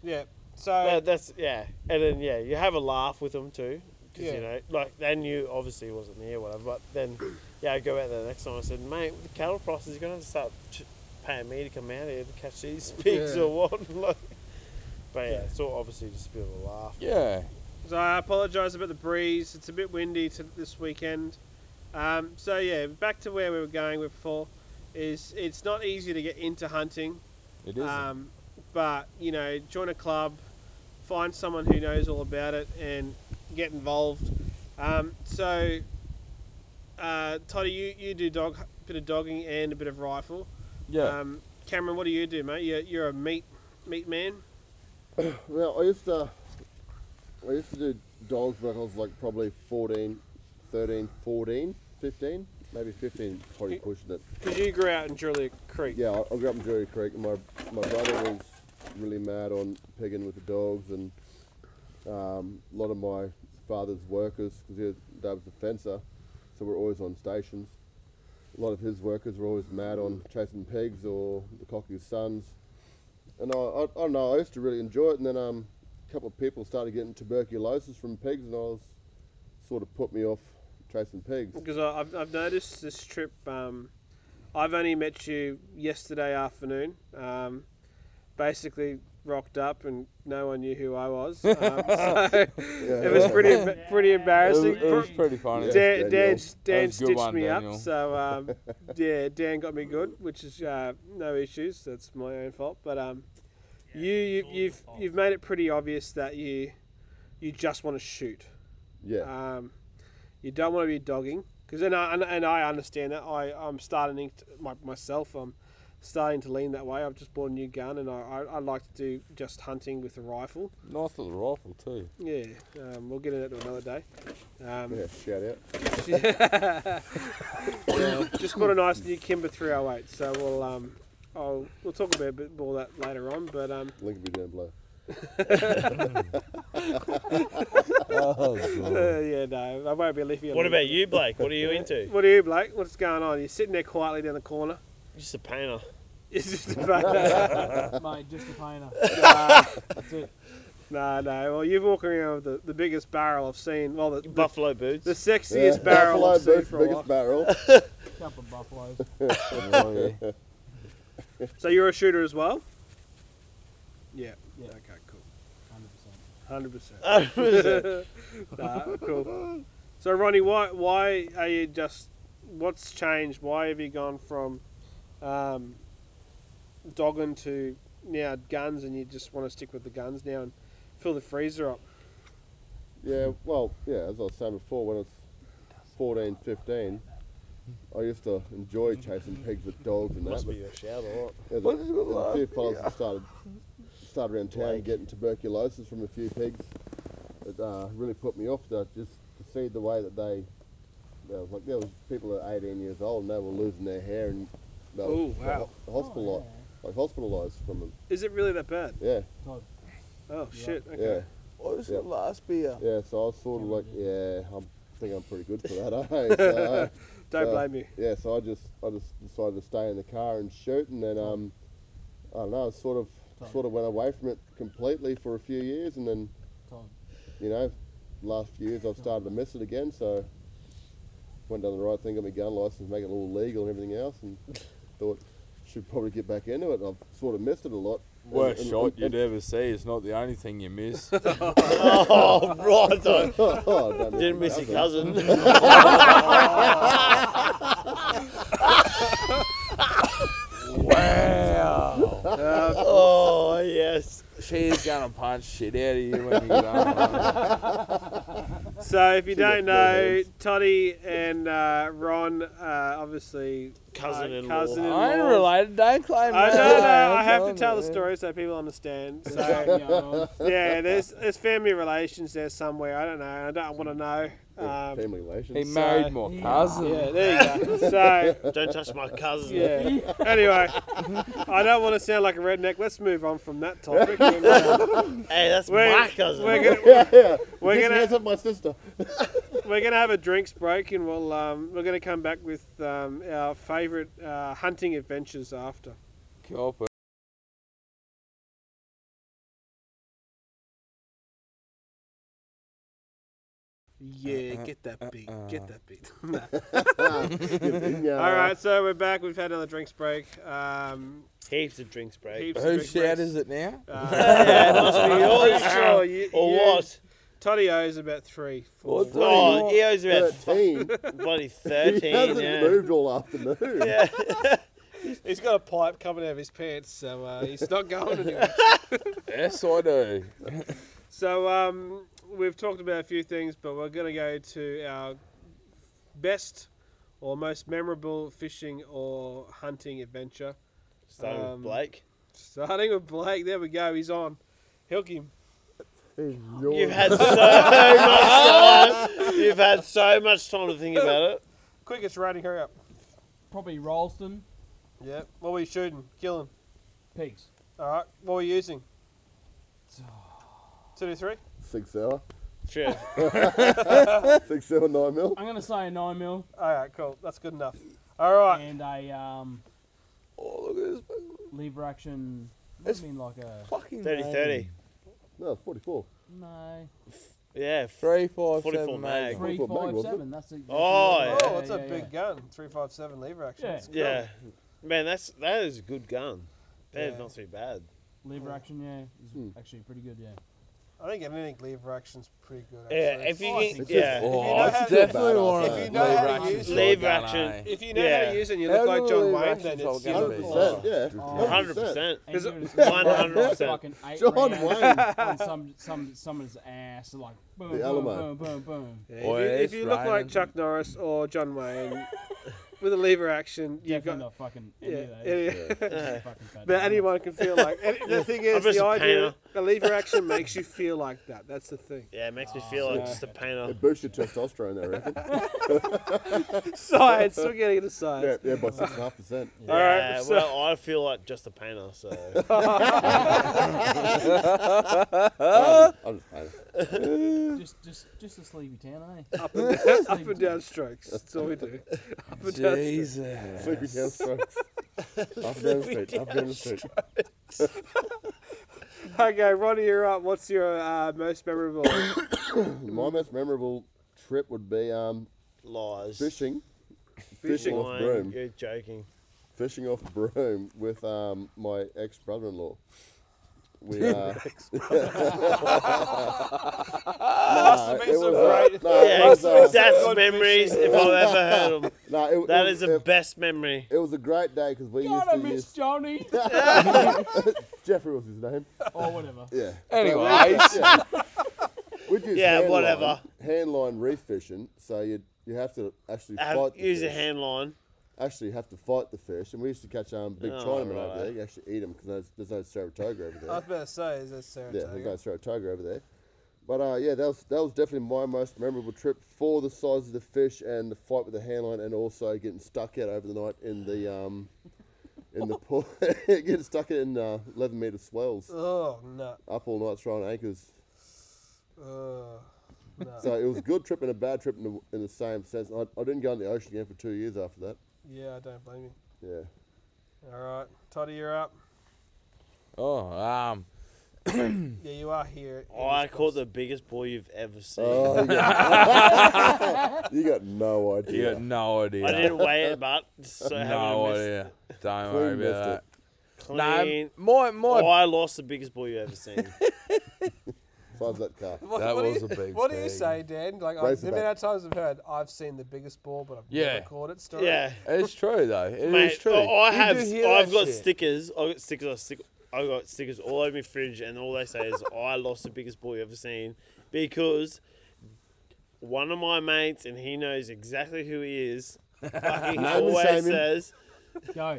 Yeah. So that, that's yeah, and then yeah, you have a laugh with them too, because Yeah. you know, like they knew obviously he wasn't there, whatever. But then, yeah, I go out there the next time. I said, mate, the cattle prices you're gonna have to start ch- paying me to come out here to catch these [LAUGHS] pigs Yeah. or what. like, but yeah, it's all obviously just a bit of a laugh. Yeah, So I apologise about the breeze. It's a bit windy to this weekend. Um, so yeah, back to where we were going before. Is it's not easy to get into hunting, it is. um, but you know, join a club, find someone who knows all about it, and get involved. Um, so, uh, Toddy, you, you do dog bit of dogging and a bit of rifle. yeah, Um, Cameron, what do you do, mate? You're, you're a meat meat man. Well, I used to, I used to do dogs when I was like probably 14, 13, 14, 15, maybe 15, probably pushing it. Because you grew out in Julia Creek. Yeah, I, I grew up in Drury Creek, and my my brother was really mad on pigging with the dogs, and um, a lot of my father's workers, because dad was a fencer, so we're always on stations. A lot of his workers were always mad on chasing pigs or the cocky's sons, and I, I, I don't know. I used to really enjoy it, and then um, a couple of people started getting tuberculosis from pigs, and I was sort of put me off tracing pigs. Because I've, I've noticed this trip. Um, I've only met you yesterday afternoon. Um, basically rocked up and no one knew who I was. [LAUGHS] Um, so it was pretty emb- pretty It was, embarrassing. it was pretty funny. Yeah. Dan, Dan, Daniel. That Dan was a good stitched one, me Daniel. up, so [LAUGHS] um, yeah, Dan got me good, which is uh, no issues. That's my own fault, but um, you, you you've you've made it pretty obvious that you you just want to shoot. Yeah, Um, you don't want to be dogging because and I and, and I understand that I I'm starting to, my, myself I'm starting to lean that way. I've just bought a new gun and I, I, I like to do just hunting with a rifle. Nice little rifle [LAUGHS] too. Yeah, um, we'll get into that another day. Um, yeah, shout out. just bought a nice new Kimber 308, so we'll um, I'll, we'll talk about a bit more of that later on. But um, Link will be down below. Oh, uh, God. yeah, no, I won't be leaving. What about you, Blake? What are you [LAUGHS] into? What are you, Blake? What's going on? You're sitting there quietly down the corner. [LAUGHS] Just a painter. It's just [LAUGHS] about, [LAUGHS] Mate, just a painter. That's it. no, no. Well, you're walking around with the, the biggest barrel I've seen. Well, the, the, Buffalo boots. the sexiest barrel Buffalo I've seen Boots, for a while. biggest barrel. Couple of buffaloes. Oh, yeah. So you're a shooter as well? Yeah. Yeah. Okay. Cool. 100%. Hundred percent. That's [LAUGHS] Nah, cool. So Ronnie, why why are you just what's changed? Why have you gone from um, dogging to now guns, and you just want to stick with the guns now and fill the freezer up? [LAUGHS] Yeah, well, yeah, as I was saying before, when I was 14, 15, I used to enjoy chasing pigs with dogs and that. Must but be your shout out. Yeah, the, the few fellas that started started around town getting tuberculosis from a few pigs. It uh, really put me off to just to see the way that they. There was like there was people at 18 years old and they were losing their hair and they were Oh, wow. hospitalized, like hospitalized from them. Is it really that bad? Yeah, Todd, Oh shit. Okay. yeah, What was Yeah. Oh, the last beer? yeah. So I was sort of like, yeah, I think I'm pretty good for that. [LAUGHS] eh? [LAUGHS] So, Don't so- blame you. yeah, so I just I just decided to stay in the car and shoot, and then um, I don't know, I sort of sort of went away from it completely for a few years, and then Todd. you know, last few years I've started to miss it again, so went done the right thing, got my gun license, make it all legal and everything else, and thought should probably get back into it. and I've sort of missed it a lot. And- Worst and- shot and- you'd ever see. It's not the only thing [LAUGHS] you miss. Oh, right. I [LAUGHS] oh, I don't miss [LAUGHS] didn't it, miss your nothing. cousin. [LAUGHS] wow. oh, yes. She's gonna punch shit out of you when you [LAUGHS] get home. So if you got don't four know, hands. Toddy and uh, Ron, uh, obviously Cousin-in-law. I ain't in-law. related. Don't claim I that. know, no, I I'm have to telling tell the you. story so people understand. There's So [LAUGHS] something going on. yeah, there's there's family relations there somewhere. I don't know. I don't want to know. Yeah, Um, family relations. He So- married my cousin. yeah, there you [LAUGHS] go. So Don't touch my cousin. yeah. Anyway, I don't want to sound like a redneck. Let's move on from [LAUGHS] that topic. And, uh, Hey, that's my we're, cousin. we're gonna yeah, yeah. We're This gonna- man's up my [LAUGHS] sister. we're gonna have a drinks break, and we'll um, we're gonna come back with um, our favourite uh, hunting adventures after. Copper. Uh-uh, Yeah, get that beat. Get that beat. Yeah. [LAUGHS] uh, All Uh-huh. right, so we're back. We've had another drinks break. Um, Heaps of drinks break. heaps of Whose drink shout breaks. is it now? Uh, Yeah, it must be yours. Pretty sure you- or you- what? Toddy owes about three. Four. What? Oh, he owes about [LAUGHS] Thirteen. bloody he 13. hasn't yeah. moved all afternoon. Yeah. He's got a pipe coming out of his pants, so uh, he's not going [LAUGHS] anywhere. Yes, I do. so um, we've talked about a few things, but we're going to go to our best or most memorable fishing or hunting adventure. Starting Um, with Blake. Starting with Blake. There we go. He's on. Hilk him. You've had so much time. You've had so much time to think about it. Quick, it's raining. Hurry up. [LAUGHS] Probably Ralston. Yep. What were you shooting? Killing. Pigs. All right. What were you using? Two to three. Six hour. True. Six hour, nine mil. I'm going to say a 9 mil All right. Cool. That's good enough. All right. and a um, Oh, look at this lever action. What do you mean like a. fucking. 30 name. 30. No, 44. No. Yeah. f- Three, five, 44 seven, mag. mag. Three, Three, four, big, five, wasn't it? seven. That's exactly Oh, right. yeah. Oh, it's a yeah, big yeah. gun. 357 lever action. Yeah. It's cool. Yeah. Man, that's that is a good gun. That's Yeah. not too bad. Lever action, yeah, is Hmm. actually pretty good, yeah. I think anything lever action's pretty good. Actually. Yeah, if you Oh, can- it's- It's just- yeah. you Oh, know I how to- definitely if want you to know how to use- Lever action. If you know how Yeah. to use it and you How look like do John lever Wayne, actions then all it's gonna you. be? Oh. 100%, yeah. Oh. 100%. And Is it- you just got, like, 100%. fucking eight John rounds Wayne. on some, some, someone's ass, like boom, The boom, Alamo. boom, boom, boom. Yeah, Or if you, if it's you look like Ryan. Chuck Norris or John Wayne with a lever action, you've Definitely got not fucking any yeah, of those. [LAUGHS] yeah. Just fucking fat But fuck. anyone can feel like and the thing is just the a idea painter. the lever action makes you feel like that. That's the thing. Yeah, it makes me feel like yeah. just a painter. It boosts your testosterone, I [LAUGHS] reckon. [LAUGHS] Science, we're getting into yeah, science. yeah, by six and a half percent. Yeah, Alright, so- well, I feel like just a painter, so Uh. I'm just paying. Just, just, just a sleepy town, eh? Up, and down, up and down strokes. That's all we do. Up and down strokes. Jesus. Sleepy down strokes. [LAUGHS] Up and down the street, up and down the street. Okay, Ronnie, you're up. What's your uh, most memorable? [COUGHS] My most memorable trip would be um, lies. fishing. Fishing. Fishing off Lying, broom. You're joking. Fishing off broom with um, my ex brother in law. We [LAUGHS] uh, Must have it been so was- great. no, it Yeah, was, uh, that's memories if I've ever heard them. no, it- That it- is the it- best memory. It was a great day because we [LAUGHS] God, used I to miss use [LAUGHS] Johnny. Jeffrey was his name. or whatever. Yeah. Anyways. Yeah. [LAUGHS] We'd use Yeah, hand whatever. Line, hand line reef fishing, so you you have to actually Have, fight. the use a fish. hand line. Actually, have to fight the fish, and we used to catch um big Oh, Chinamen right. Oh, over there. You actually eat them because there's, there's no Saratoga over there. I was about to say, is that Sarah? yeah, there's no Saratoga over there. But uh, yeah, that was that was definitely my most memorable trip for the size of the fish and the fight with the hand line, and also getting stuck out over the night in the um in the pool, [LAUGHS] getting stuck in uh, 11 meter swells Oh no. up all night throwing anchors. Oh, no. So it was a good trip and a bad trip in the, in the same sense. I, I didn't go in the ocean again for two years after that. yeah, I don't blame you. Yeah. All right, Toddy, you're up. Oh, um, Yeah, you are here. in Oh, I this caught box. the biggest boy you've ever seen. Oh, you, got, you got no you idea. got no idea. I didn't weigh it, but so no no idea. Don't Clean worry about missed it. that. Clean. No, my my. Oh, I lost the biggest boy you've ever seen. Size that [LAUGHS] car. What, That what do was you, a big What do you thing. say, Dan? Like I, Raise the it back. amount of times I've heard, I've seen the biggest ball, but I've Yeah. never caught it. Story. yeah, It's true though. It is mate. true. oh, I You have. do I've hear that got shit. stickers. I got stickers. I stick. I got stickers all over my fridge, and all they say is, [LAUGHS] "I lost the biggest boy you've ever seen," because one of my mates, and he knows exactly who he is. Fucking and shame always him. says, Go.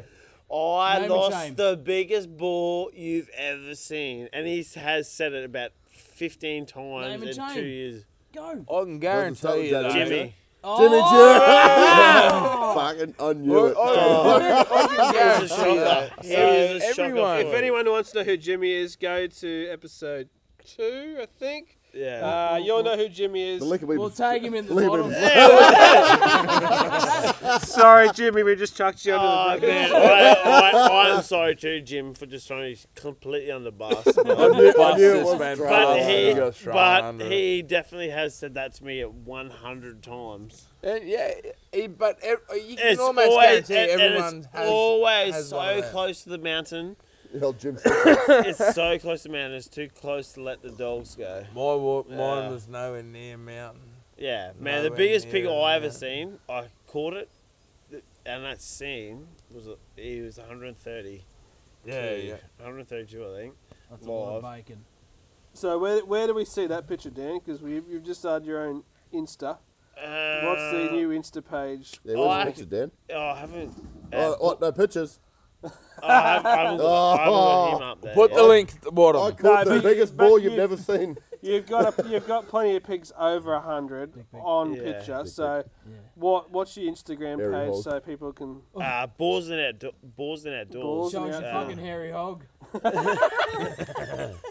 I Name and shame. lost the biggest ball you've ever seen. And he has said it about 15 times Name and in shame. two years. Go. I can Doesn't tell guarantee you you Uh, though. that either. Jimmy. Oh, Jimmy Joe! [LAUGHS] Fucking, I knew Oh, it. oh, I can He was a guarantee you shocker. that. He was a So, shocker. everyone- for If it. anyone wants to know who Jimmy is, go to episode two, I think. Yeah. Uh, you'll know who Jimmy is. The liquor We'll tag him in the Leave bottom. him. Sorry, Jimmy, we just chucked you under Oh the bus. man, [LAUGHS] I, I, I'm sorry too, Jim, for just throwing you completely under the [LAUGHS] bus. But, I knew, I knew it was man. dry. but Oh, he, you got but he definitely has said that to me at 100 times. Eh, yeah, he, but ev- eh, you can It's almost always, guarantee and- and everyone it's has always has one so of them. close to the [LAUGHS] mountain. [LAUGHS] Held Jim Simpson. It's so close to the mountain. It's too close to let the dogs go. My wa- Yeah. mine was nowhere near mountain. Yeah, man, the Nowhere biggest pig near I ever that. seen, I caught it, and that scene was a- he was 130. Yeah, yeah. 132, I think. That's a lot of Live. bacon. So where, where do we see that picture, Dan? Because you've, you've just started your own Insta. Uh, What's the new Insta page? Yeah, Oh, I where's the picture, Dan? Oh, I haven't. uh, oh, Oh, oh, no pictures. I haven't, I haven't got, I haven't got him up there. Oh, Put the yet. link at the I bottom. No, caught Oh, the but- biggest but ball you've you- never seen. [LAUGHS] You've got a, you've got plenty of pigs over hundred Big pig. on Yeah. picture. Big pig. So Yeah. what what's your Instagram Very page bold. so people can Uh, balls in outdoors. Balls in Uh, outdoors. Balls in Shows your Yeah. fucking hairy hog.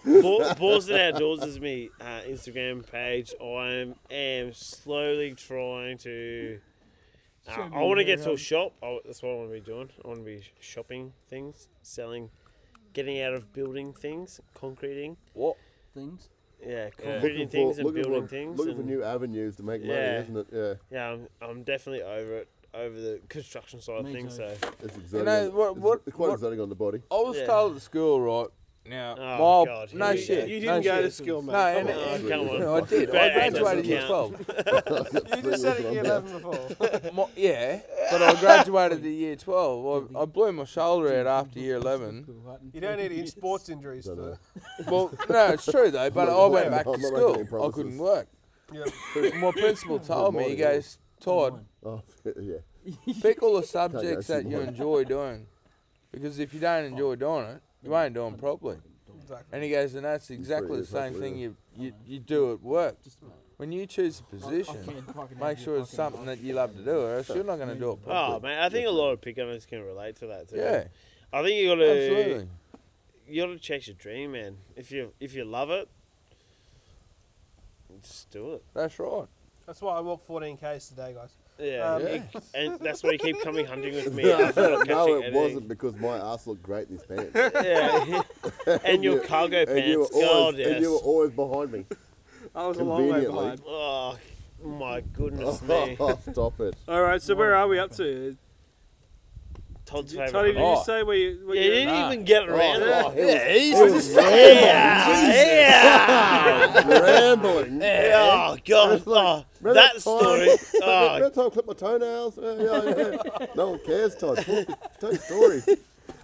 Ball, [LAUGHS] balls in outdoors is me uh, Instagram page. I am slowly trying to. uh, Show me I want to your get to a home. shop. I, that's what I want to be doing. I want to be shopping things, selling, getting out of building things, concreting. What? Things. yeah, Looking concreting for- things and looking for- building things. Looking and, for new avenues to make money, Yeah. isn't it? Yeah, Yeah, I'm, I'm definitely over it, over the construction side of Me things. too. So it's exotic. on- know, what- it's what- quite what- exotic on the body. I was Yeah. told at school, right? Oh, Now, my- God, here no we go. shit. You no didn't go to shit. school, mate. No, and, Come on. and- Oh, come on. no, I did. Bad I aim graduated [LAUGHS] doesn't year twelve. You just said it year 11 before. Mo- yeah, but I graduated at year twelve. I, I blew my shoulder out after year eleven. [LAUGHS] You don't need any sports injuries. Don't know. To, Well, no, it's true though. But I went back I'm to not making any school. I promises. couldn't work. yeah. My principal told me, he morning, yeah. goes, Todd, Oh, [LAUGHS] yeah. pick all the subjects that good you morning. enjoy doing, because if you don't enjoy doing it, you ain't doing it properly. Exactly. And he goes, and that's exactly the same exactly, thing yeah. you, you, you do at work. Just When you choose a position, make sure it's something that you love to do, or else you're not going to do it oh properly. man, I think a lot of pick ups can relate to that too. Yeah, I think you got to absolutely. you got to chase your dream, man. If you if you love it, just do it. That's right. That's why I walked 14 Ks today, guys. Yeah, Um, you- and that's why you keep coming hunting [LAUGHS] with me. after not catching no, it anything. wasn't because my ass looked great in these pants. [LAUGHS] Yeah, [LAUGHS] and your cargo pants. and you were God, always, and you were yes. always behind me. I was a long way Conveniently. behind. Oh my [LAUGHS] goodness me, Oh, stop it. All right, so where are we up to? Todd's Toddy, favorite. did you Oh. say where you? Where yeah, you you- didn't Nah. even get around. it. Oh, he was [LAUGHS] yeah, yeah. rambling. Oh god, oh, remember that that [LAUGHS] story. time? Oh Remember that time I clipped my toenails? Yeah, yeah, [LAUGHS] yeah. No one cares, Todd. Tell, tell your story.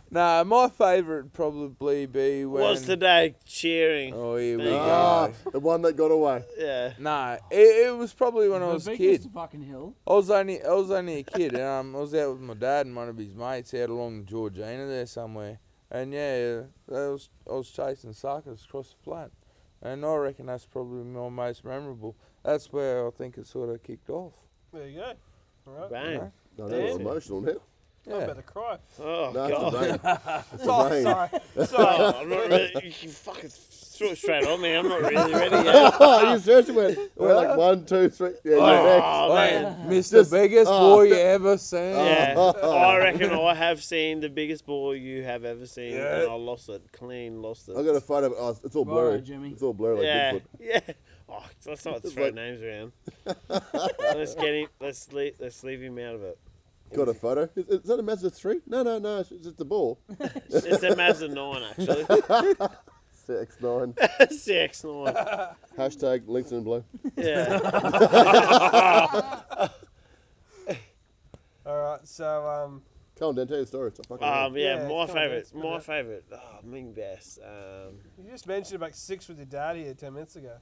Nah, my favourite would probably be when. was today cheering. Oh, here we There you Ah, go. the one that got away. Yeah. Nah, it, it was probably when I was a kid. fucking hill. I was only I was only a kid, and um, I was out with my dad and one of his mates out along Georgina there somewhere, and yeah, I was I was chasing suckers across the flat, and I reckon that's probably my most memorable. That's where I think it sort of kicked off. There you go. All right. Bang. No, that was Yeah. emotional now. I'm Yeah, about to cry. Oh No, it's god. [LAUGHS] the rain. It's the Oh, rain. sorry. Oh, I'm not [LAUGHS] really. You can fucking throw it straight on me. I'm not really [LAUGHS] ready yet. Oh, you searched it. Went, went like one, two, three. Yeah, you're next. Oh man. Mr. Just- biggest oh. boy you ever seen. Yeah. I reckon I have seen the biggest ball you have ever seen, and I lost it clean. Lost it. I got a photo. Of, oh, it's all blurry. Righto, Jimmy. It's all blurry like yeah. Bigfoot. [LAUGHS] Yeah. Oh, let's not throw names around. [LAUGHS] let's get him. Let's leave. Let's leave him out of it. Got a photo. Is, is that a Mazda three? No, no, no. It's just a ball. It's a Mazda nine actually. [LAUGHS] Six nine. Six nine. [LAUGHS] Hashtag links in blue. Yeah. All right. So, um, Tell him, Dan. Tell your story. It's not fucking. Um. Um, Yeah. Yeah, my it's kinda favorite. good, My but- uh, favorite. Oh, Ming Best. Um. you just mentioned about six with your dad here 10 minutes ago.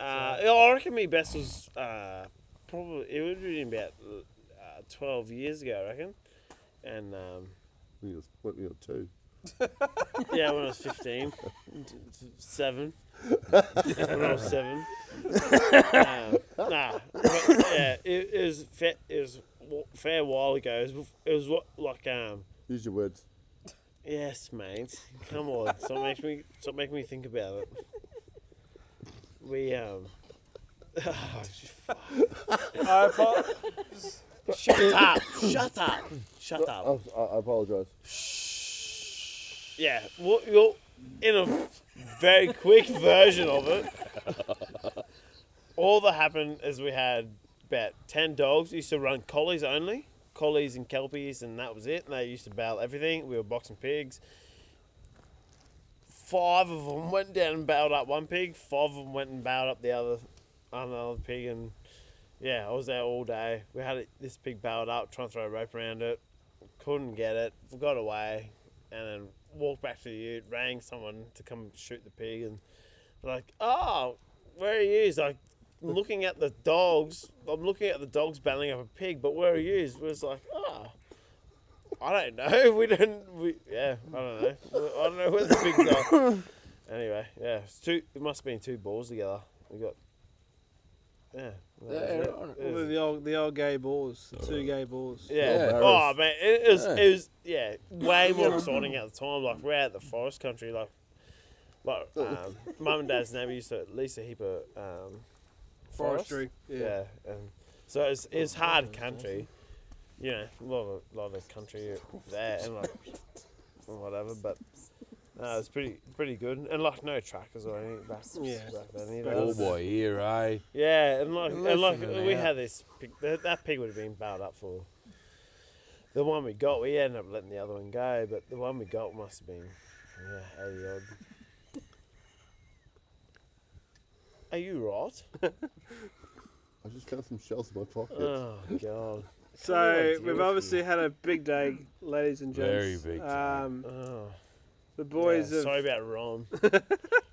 Uh, I reckon me best was uh, probably it would have been about uh, twelve years ago, I reckon. And um, we was what we were two. yeah, when I was 15, t- t- seven. when I was seven. um, nah, but, yeah, it, it was fa- it was wa- fair while ago. It was, bef- it was what like um. Use your words. Yes, mate. Come on, stop making me stop making me think about it. We um. [LAUGHS] I apo- Shut up! Shut up! Shut up! I, I, I apologize. Yeah, well, you're in a very quick [LAUGHS] version of it. All that happened is we had about 10 dogs. We used to run collies only, collies and kelpies, and that was it. And they used to battle everything. We were boxing pigs. Five of them went down and bailed up one pig, five of them went and bailed up the other another pig. And yeah, I was there all day. We had it, this pig bailed up, trying to throw a rope around it. Couldn't get it, got away, and then walked back to the ute, rang someone to come shoot the pig, and they're like, oh, where are you? [LAUGHS] Like, I'm looking at the dogs. I'm looking at the dogs battling up a pig, but where are you? It was like, oh, I don't know. [LAUGHS] We don't. We yeah, I don't know. I don't know where the pigs are. [LAUGHS] Anyway, yeah, it's two. It must have been two balls together. We got. Yeah. Yeah, that right on was it. it. It was- The old, the old gay balls, two gay balls. yeah. Yeah. Oh man, it was Yeah. it was yeah way more exciting at the time. Like we're out at the forest country. Like, like um, mum and dad's neighbour used to at least a heap of um, forest. Forestry. Yeah. Yeah. and so it's it's hard country. You know, a lot of lot of country there and like and whatever, but No, it's pretty pretty good, and like no trackers or anything back, Yeah. back then either. All by ear, Oh, eh? Yeah, and like and Less like than an we hour. had this pig, that, that pig would have been bailed up for. The one we got, we ended up letting the other one go, but the one we got must have been yeah, eighty odd. Are you right? I just found some shells in my pocket. Oh god. So deal with we've you. obviously had a big day, ladies and gents. Very big day. Um, Oh, the boys yeah, have Sorry [LAUGHS] about Ron.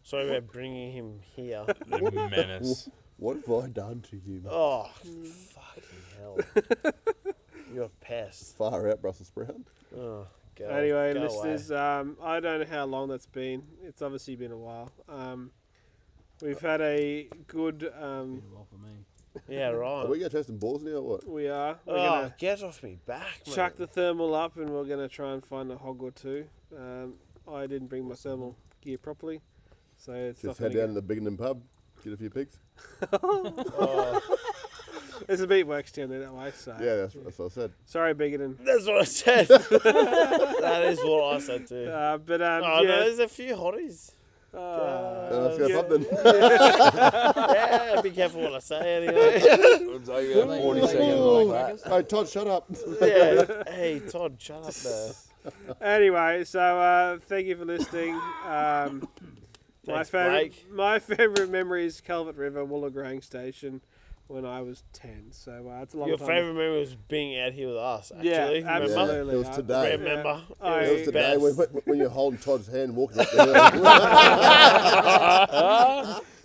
sorry about bringing him here. The menace. What have I done to you? mate? Oh, fucking hell! [LAUGHS] You're a pest. Far out, Brussels sprout. Oh god. Anyway, Go away. listeners, um, I don't know how long that's been. It's obviously been a while. Um, we've had a good. Um, well for me. Yeah, Are right. we going to chase some balls now or what? we are. We're Oh, gonna get off me back, mate. chuck the thermal up, and we're gonna try and find a hog or two. Um, I didn't bring my thermal gear properly, so it's Just not head gonna down to the Biggington pub, get a few pigs. Oh, Get... There's a beat works down there that way. So Uh, Yeah, that's, that's what I said. sorry, Biggin. that's what I said. that is what I said too. Uh, but um, oh, no, yeah. there's a few hotties. uh, Uh, let's go yeah. [LAUGHS] something. yeah, be careful what I say anyway. It'll take about 40 Like, seconds oh, like that. Hey, Todd, shut up. yeah. Hey, Todd, shut up there. anyway, so uh, thank you for listening. [COUGHS] Um, my Thanks, favorite, Blake. my favorite memory is Calvert River Wollongong Station when I was ten. So uh, it's a long Your time. favourite memory was being out here with us, actually. yeah, remember? absolutely. Uh, Yeah, it was I- today. Remember? I- That was the day Best. when, when- when you're holding Todd's hand walking up the hill. I [LAUGHS]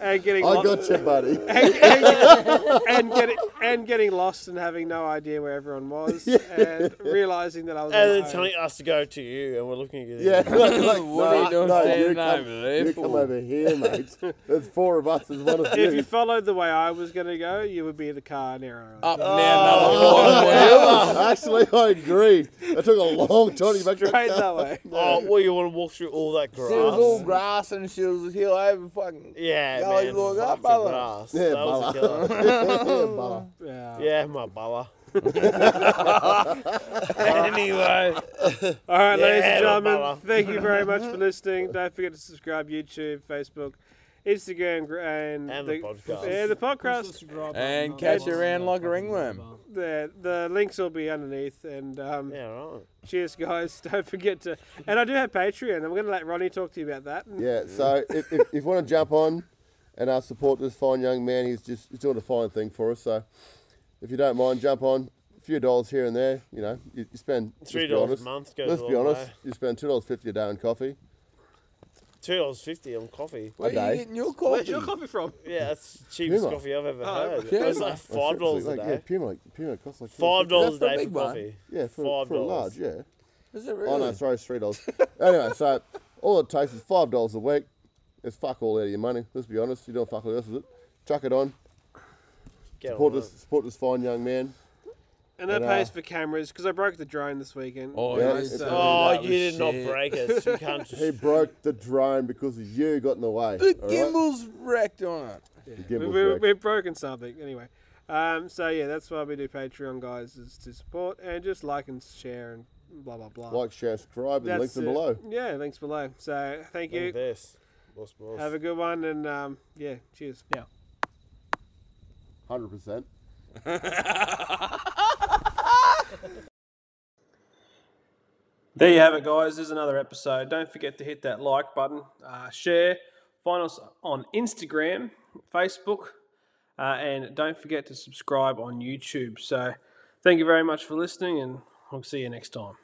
and getting lo- got you, buddy. and, and, and getting and getting lost and having no idea where everyone [LAUGHS] was and realizing that I was. And on then my telling us to go to you, and we're looking at you. Yeah, like, like, [LAUGHS] What are you no, doing no, standing you come, over there You for? come over here, mate. There's four of us. There's one of own. you. If [LAUGHS] you followed the way I was going to go, you would be in the car an [LAUGHS] hour. early. [LAUGHS] Up now, another one. Actually, I agree. It took a long time to make that Straight that way. Oh, well, you want to walk through all that grass? She was all grass and she was hill over fucking. yeah, Yeah, man. you look fuck up, the brother. grass. Yeah, that was a brother. [LAUGHS] killer. [LAUGHS] Bala. Yeah. Yeah, my bala. [LAUGHS] anyway. All right, Yeah, ladies and little gentlemen, fella. thank you very much [LAUGHS] for listening. Don't forget to subscribe YouTube, Facebook, Instagram, gr- and, And the podcast. Yeah, the Press the podcast. subscribe button And on catch the a ran podcast like a app. ringworm. The, the links will be underneath. And um, Yeah, right. cheers, guys. [LAUGHS] Don't forget to. And I do have Patreon. I'm going to let Ronnie talk to you about that. Yeah, so if, if, if you want to jump on and uh, support this fine young man, he's just he's doing a fine thing for us. So if you don't mind, jump on. A few dollars here and there, you know, you, you spend let's be Three dollars honest- a month goes Let's a be long honest, way. you spend two dollars fifty a day on coffee. Two dollars fifty on coffee. Where Okay. are you getting your coffee? coffee from? Yeah, that's the cheapest Puma. coffee I've ever Oh, had. yeah. It's like five dollars a like, Yeah, day. Puma, like, Puma costs like Five dollars a That's the day for big one. coffee. Yeah, for, Five for a large, dollars. yeah. Is it Oh really? no, sorry, it's three dollars. anyway, so all it takes is five dollars a week. It's fuck all out of your money. Let's be honest, you don't fuck all else with it. Chuck it on. Get Support on this, support this fine young man. And that And, uh, pays for cameras because I broke the drone this weekend. Oh, Yeah, yeah, it's- that. so Oh, that you was did not shit. break it. You [LAUGHS] can't He just. broke the drone because you got in the way. The all right? gimbal's wrecked on it. The we, gimbal's we, wrecked. we've broken something anyway. Um, so yeah, that's why we do Patreon, guys, is to support and just like and share and blah blah blah. Like, share, subscribe, and links That's them it. below. Yeah, links below. So thank Look you. at this. Boss, boss. Have a good one, and um, yeah, cheers. Hundred percent. There you have it, guys. There's another episode. Don't forget to hit that like button, uh, share, find us on Instagram, Facebook, uh, and don't forget to subscribe on YouTube. So thank you very much for listening, and we'll see you next time.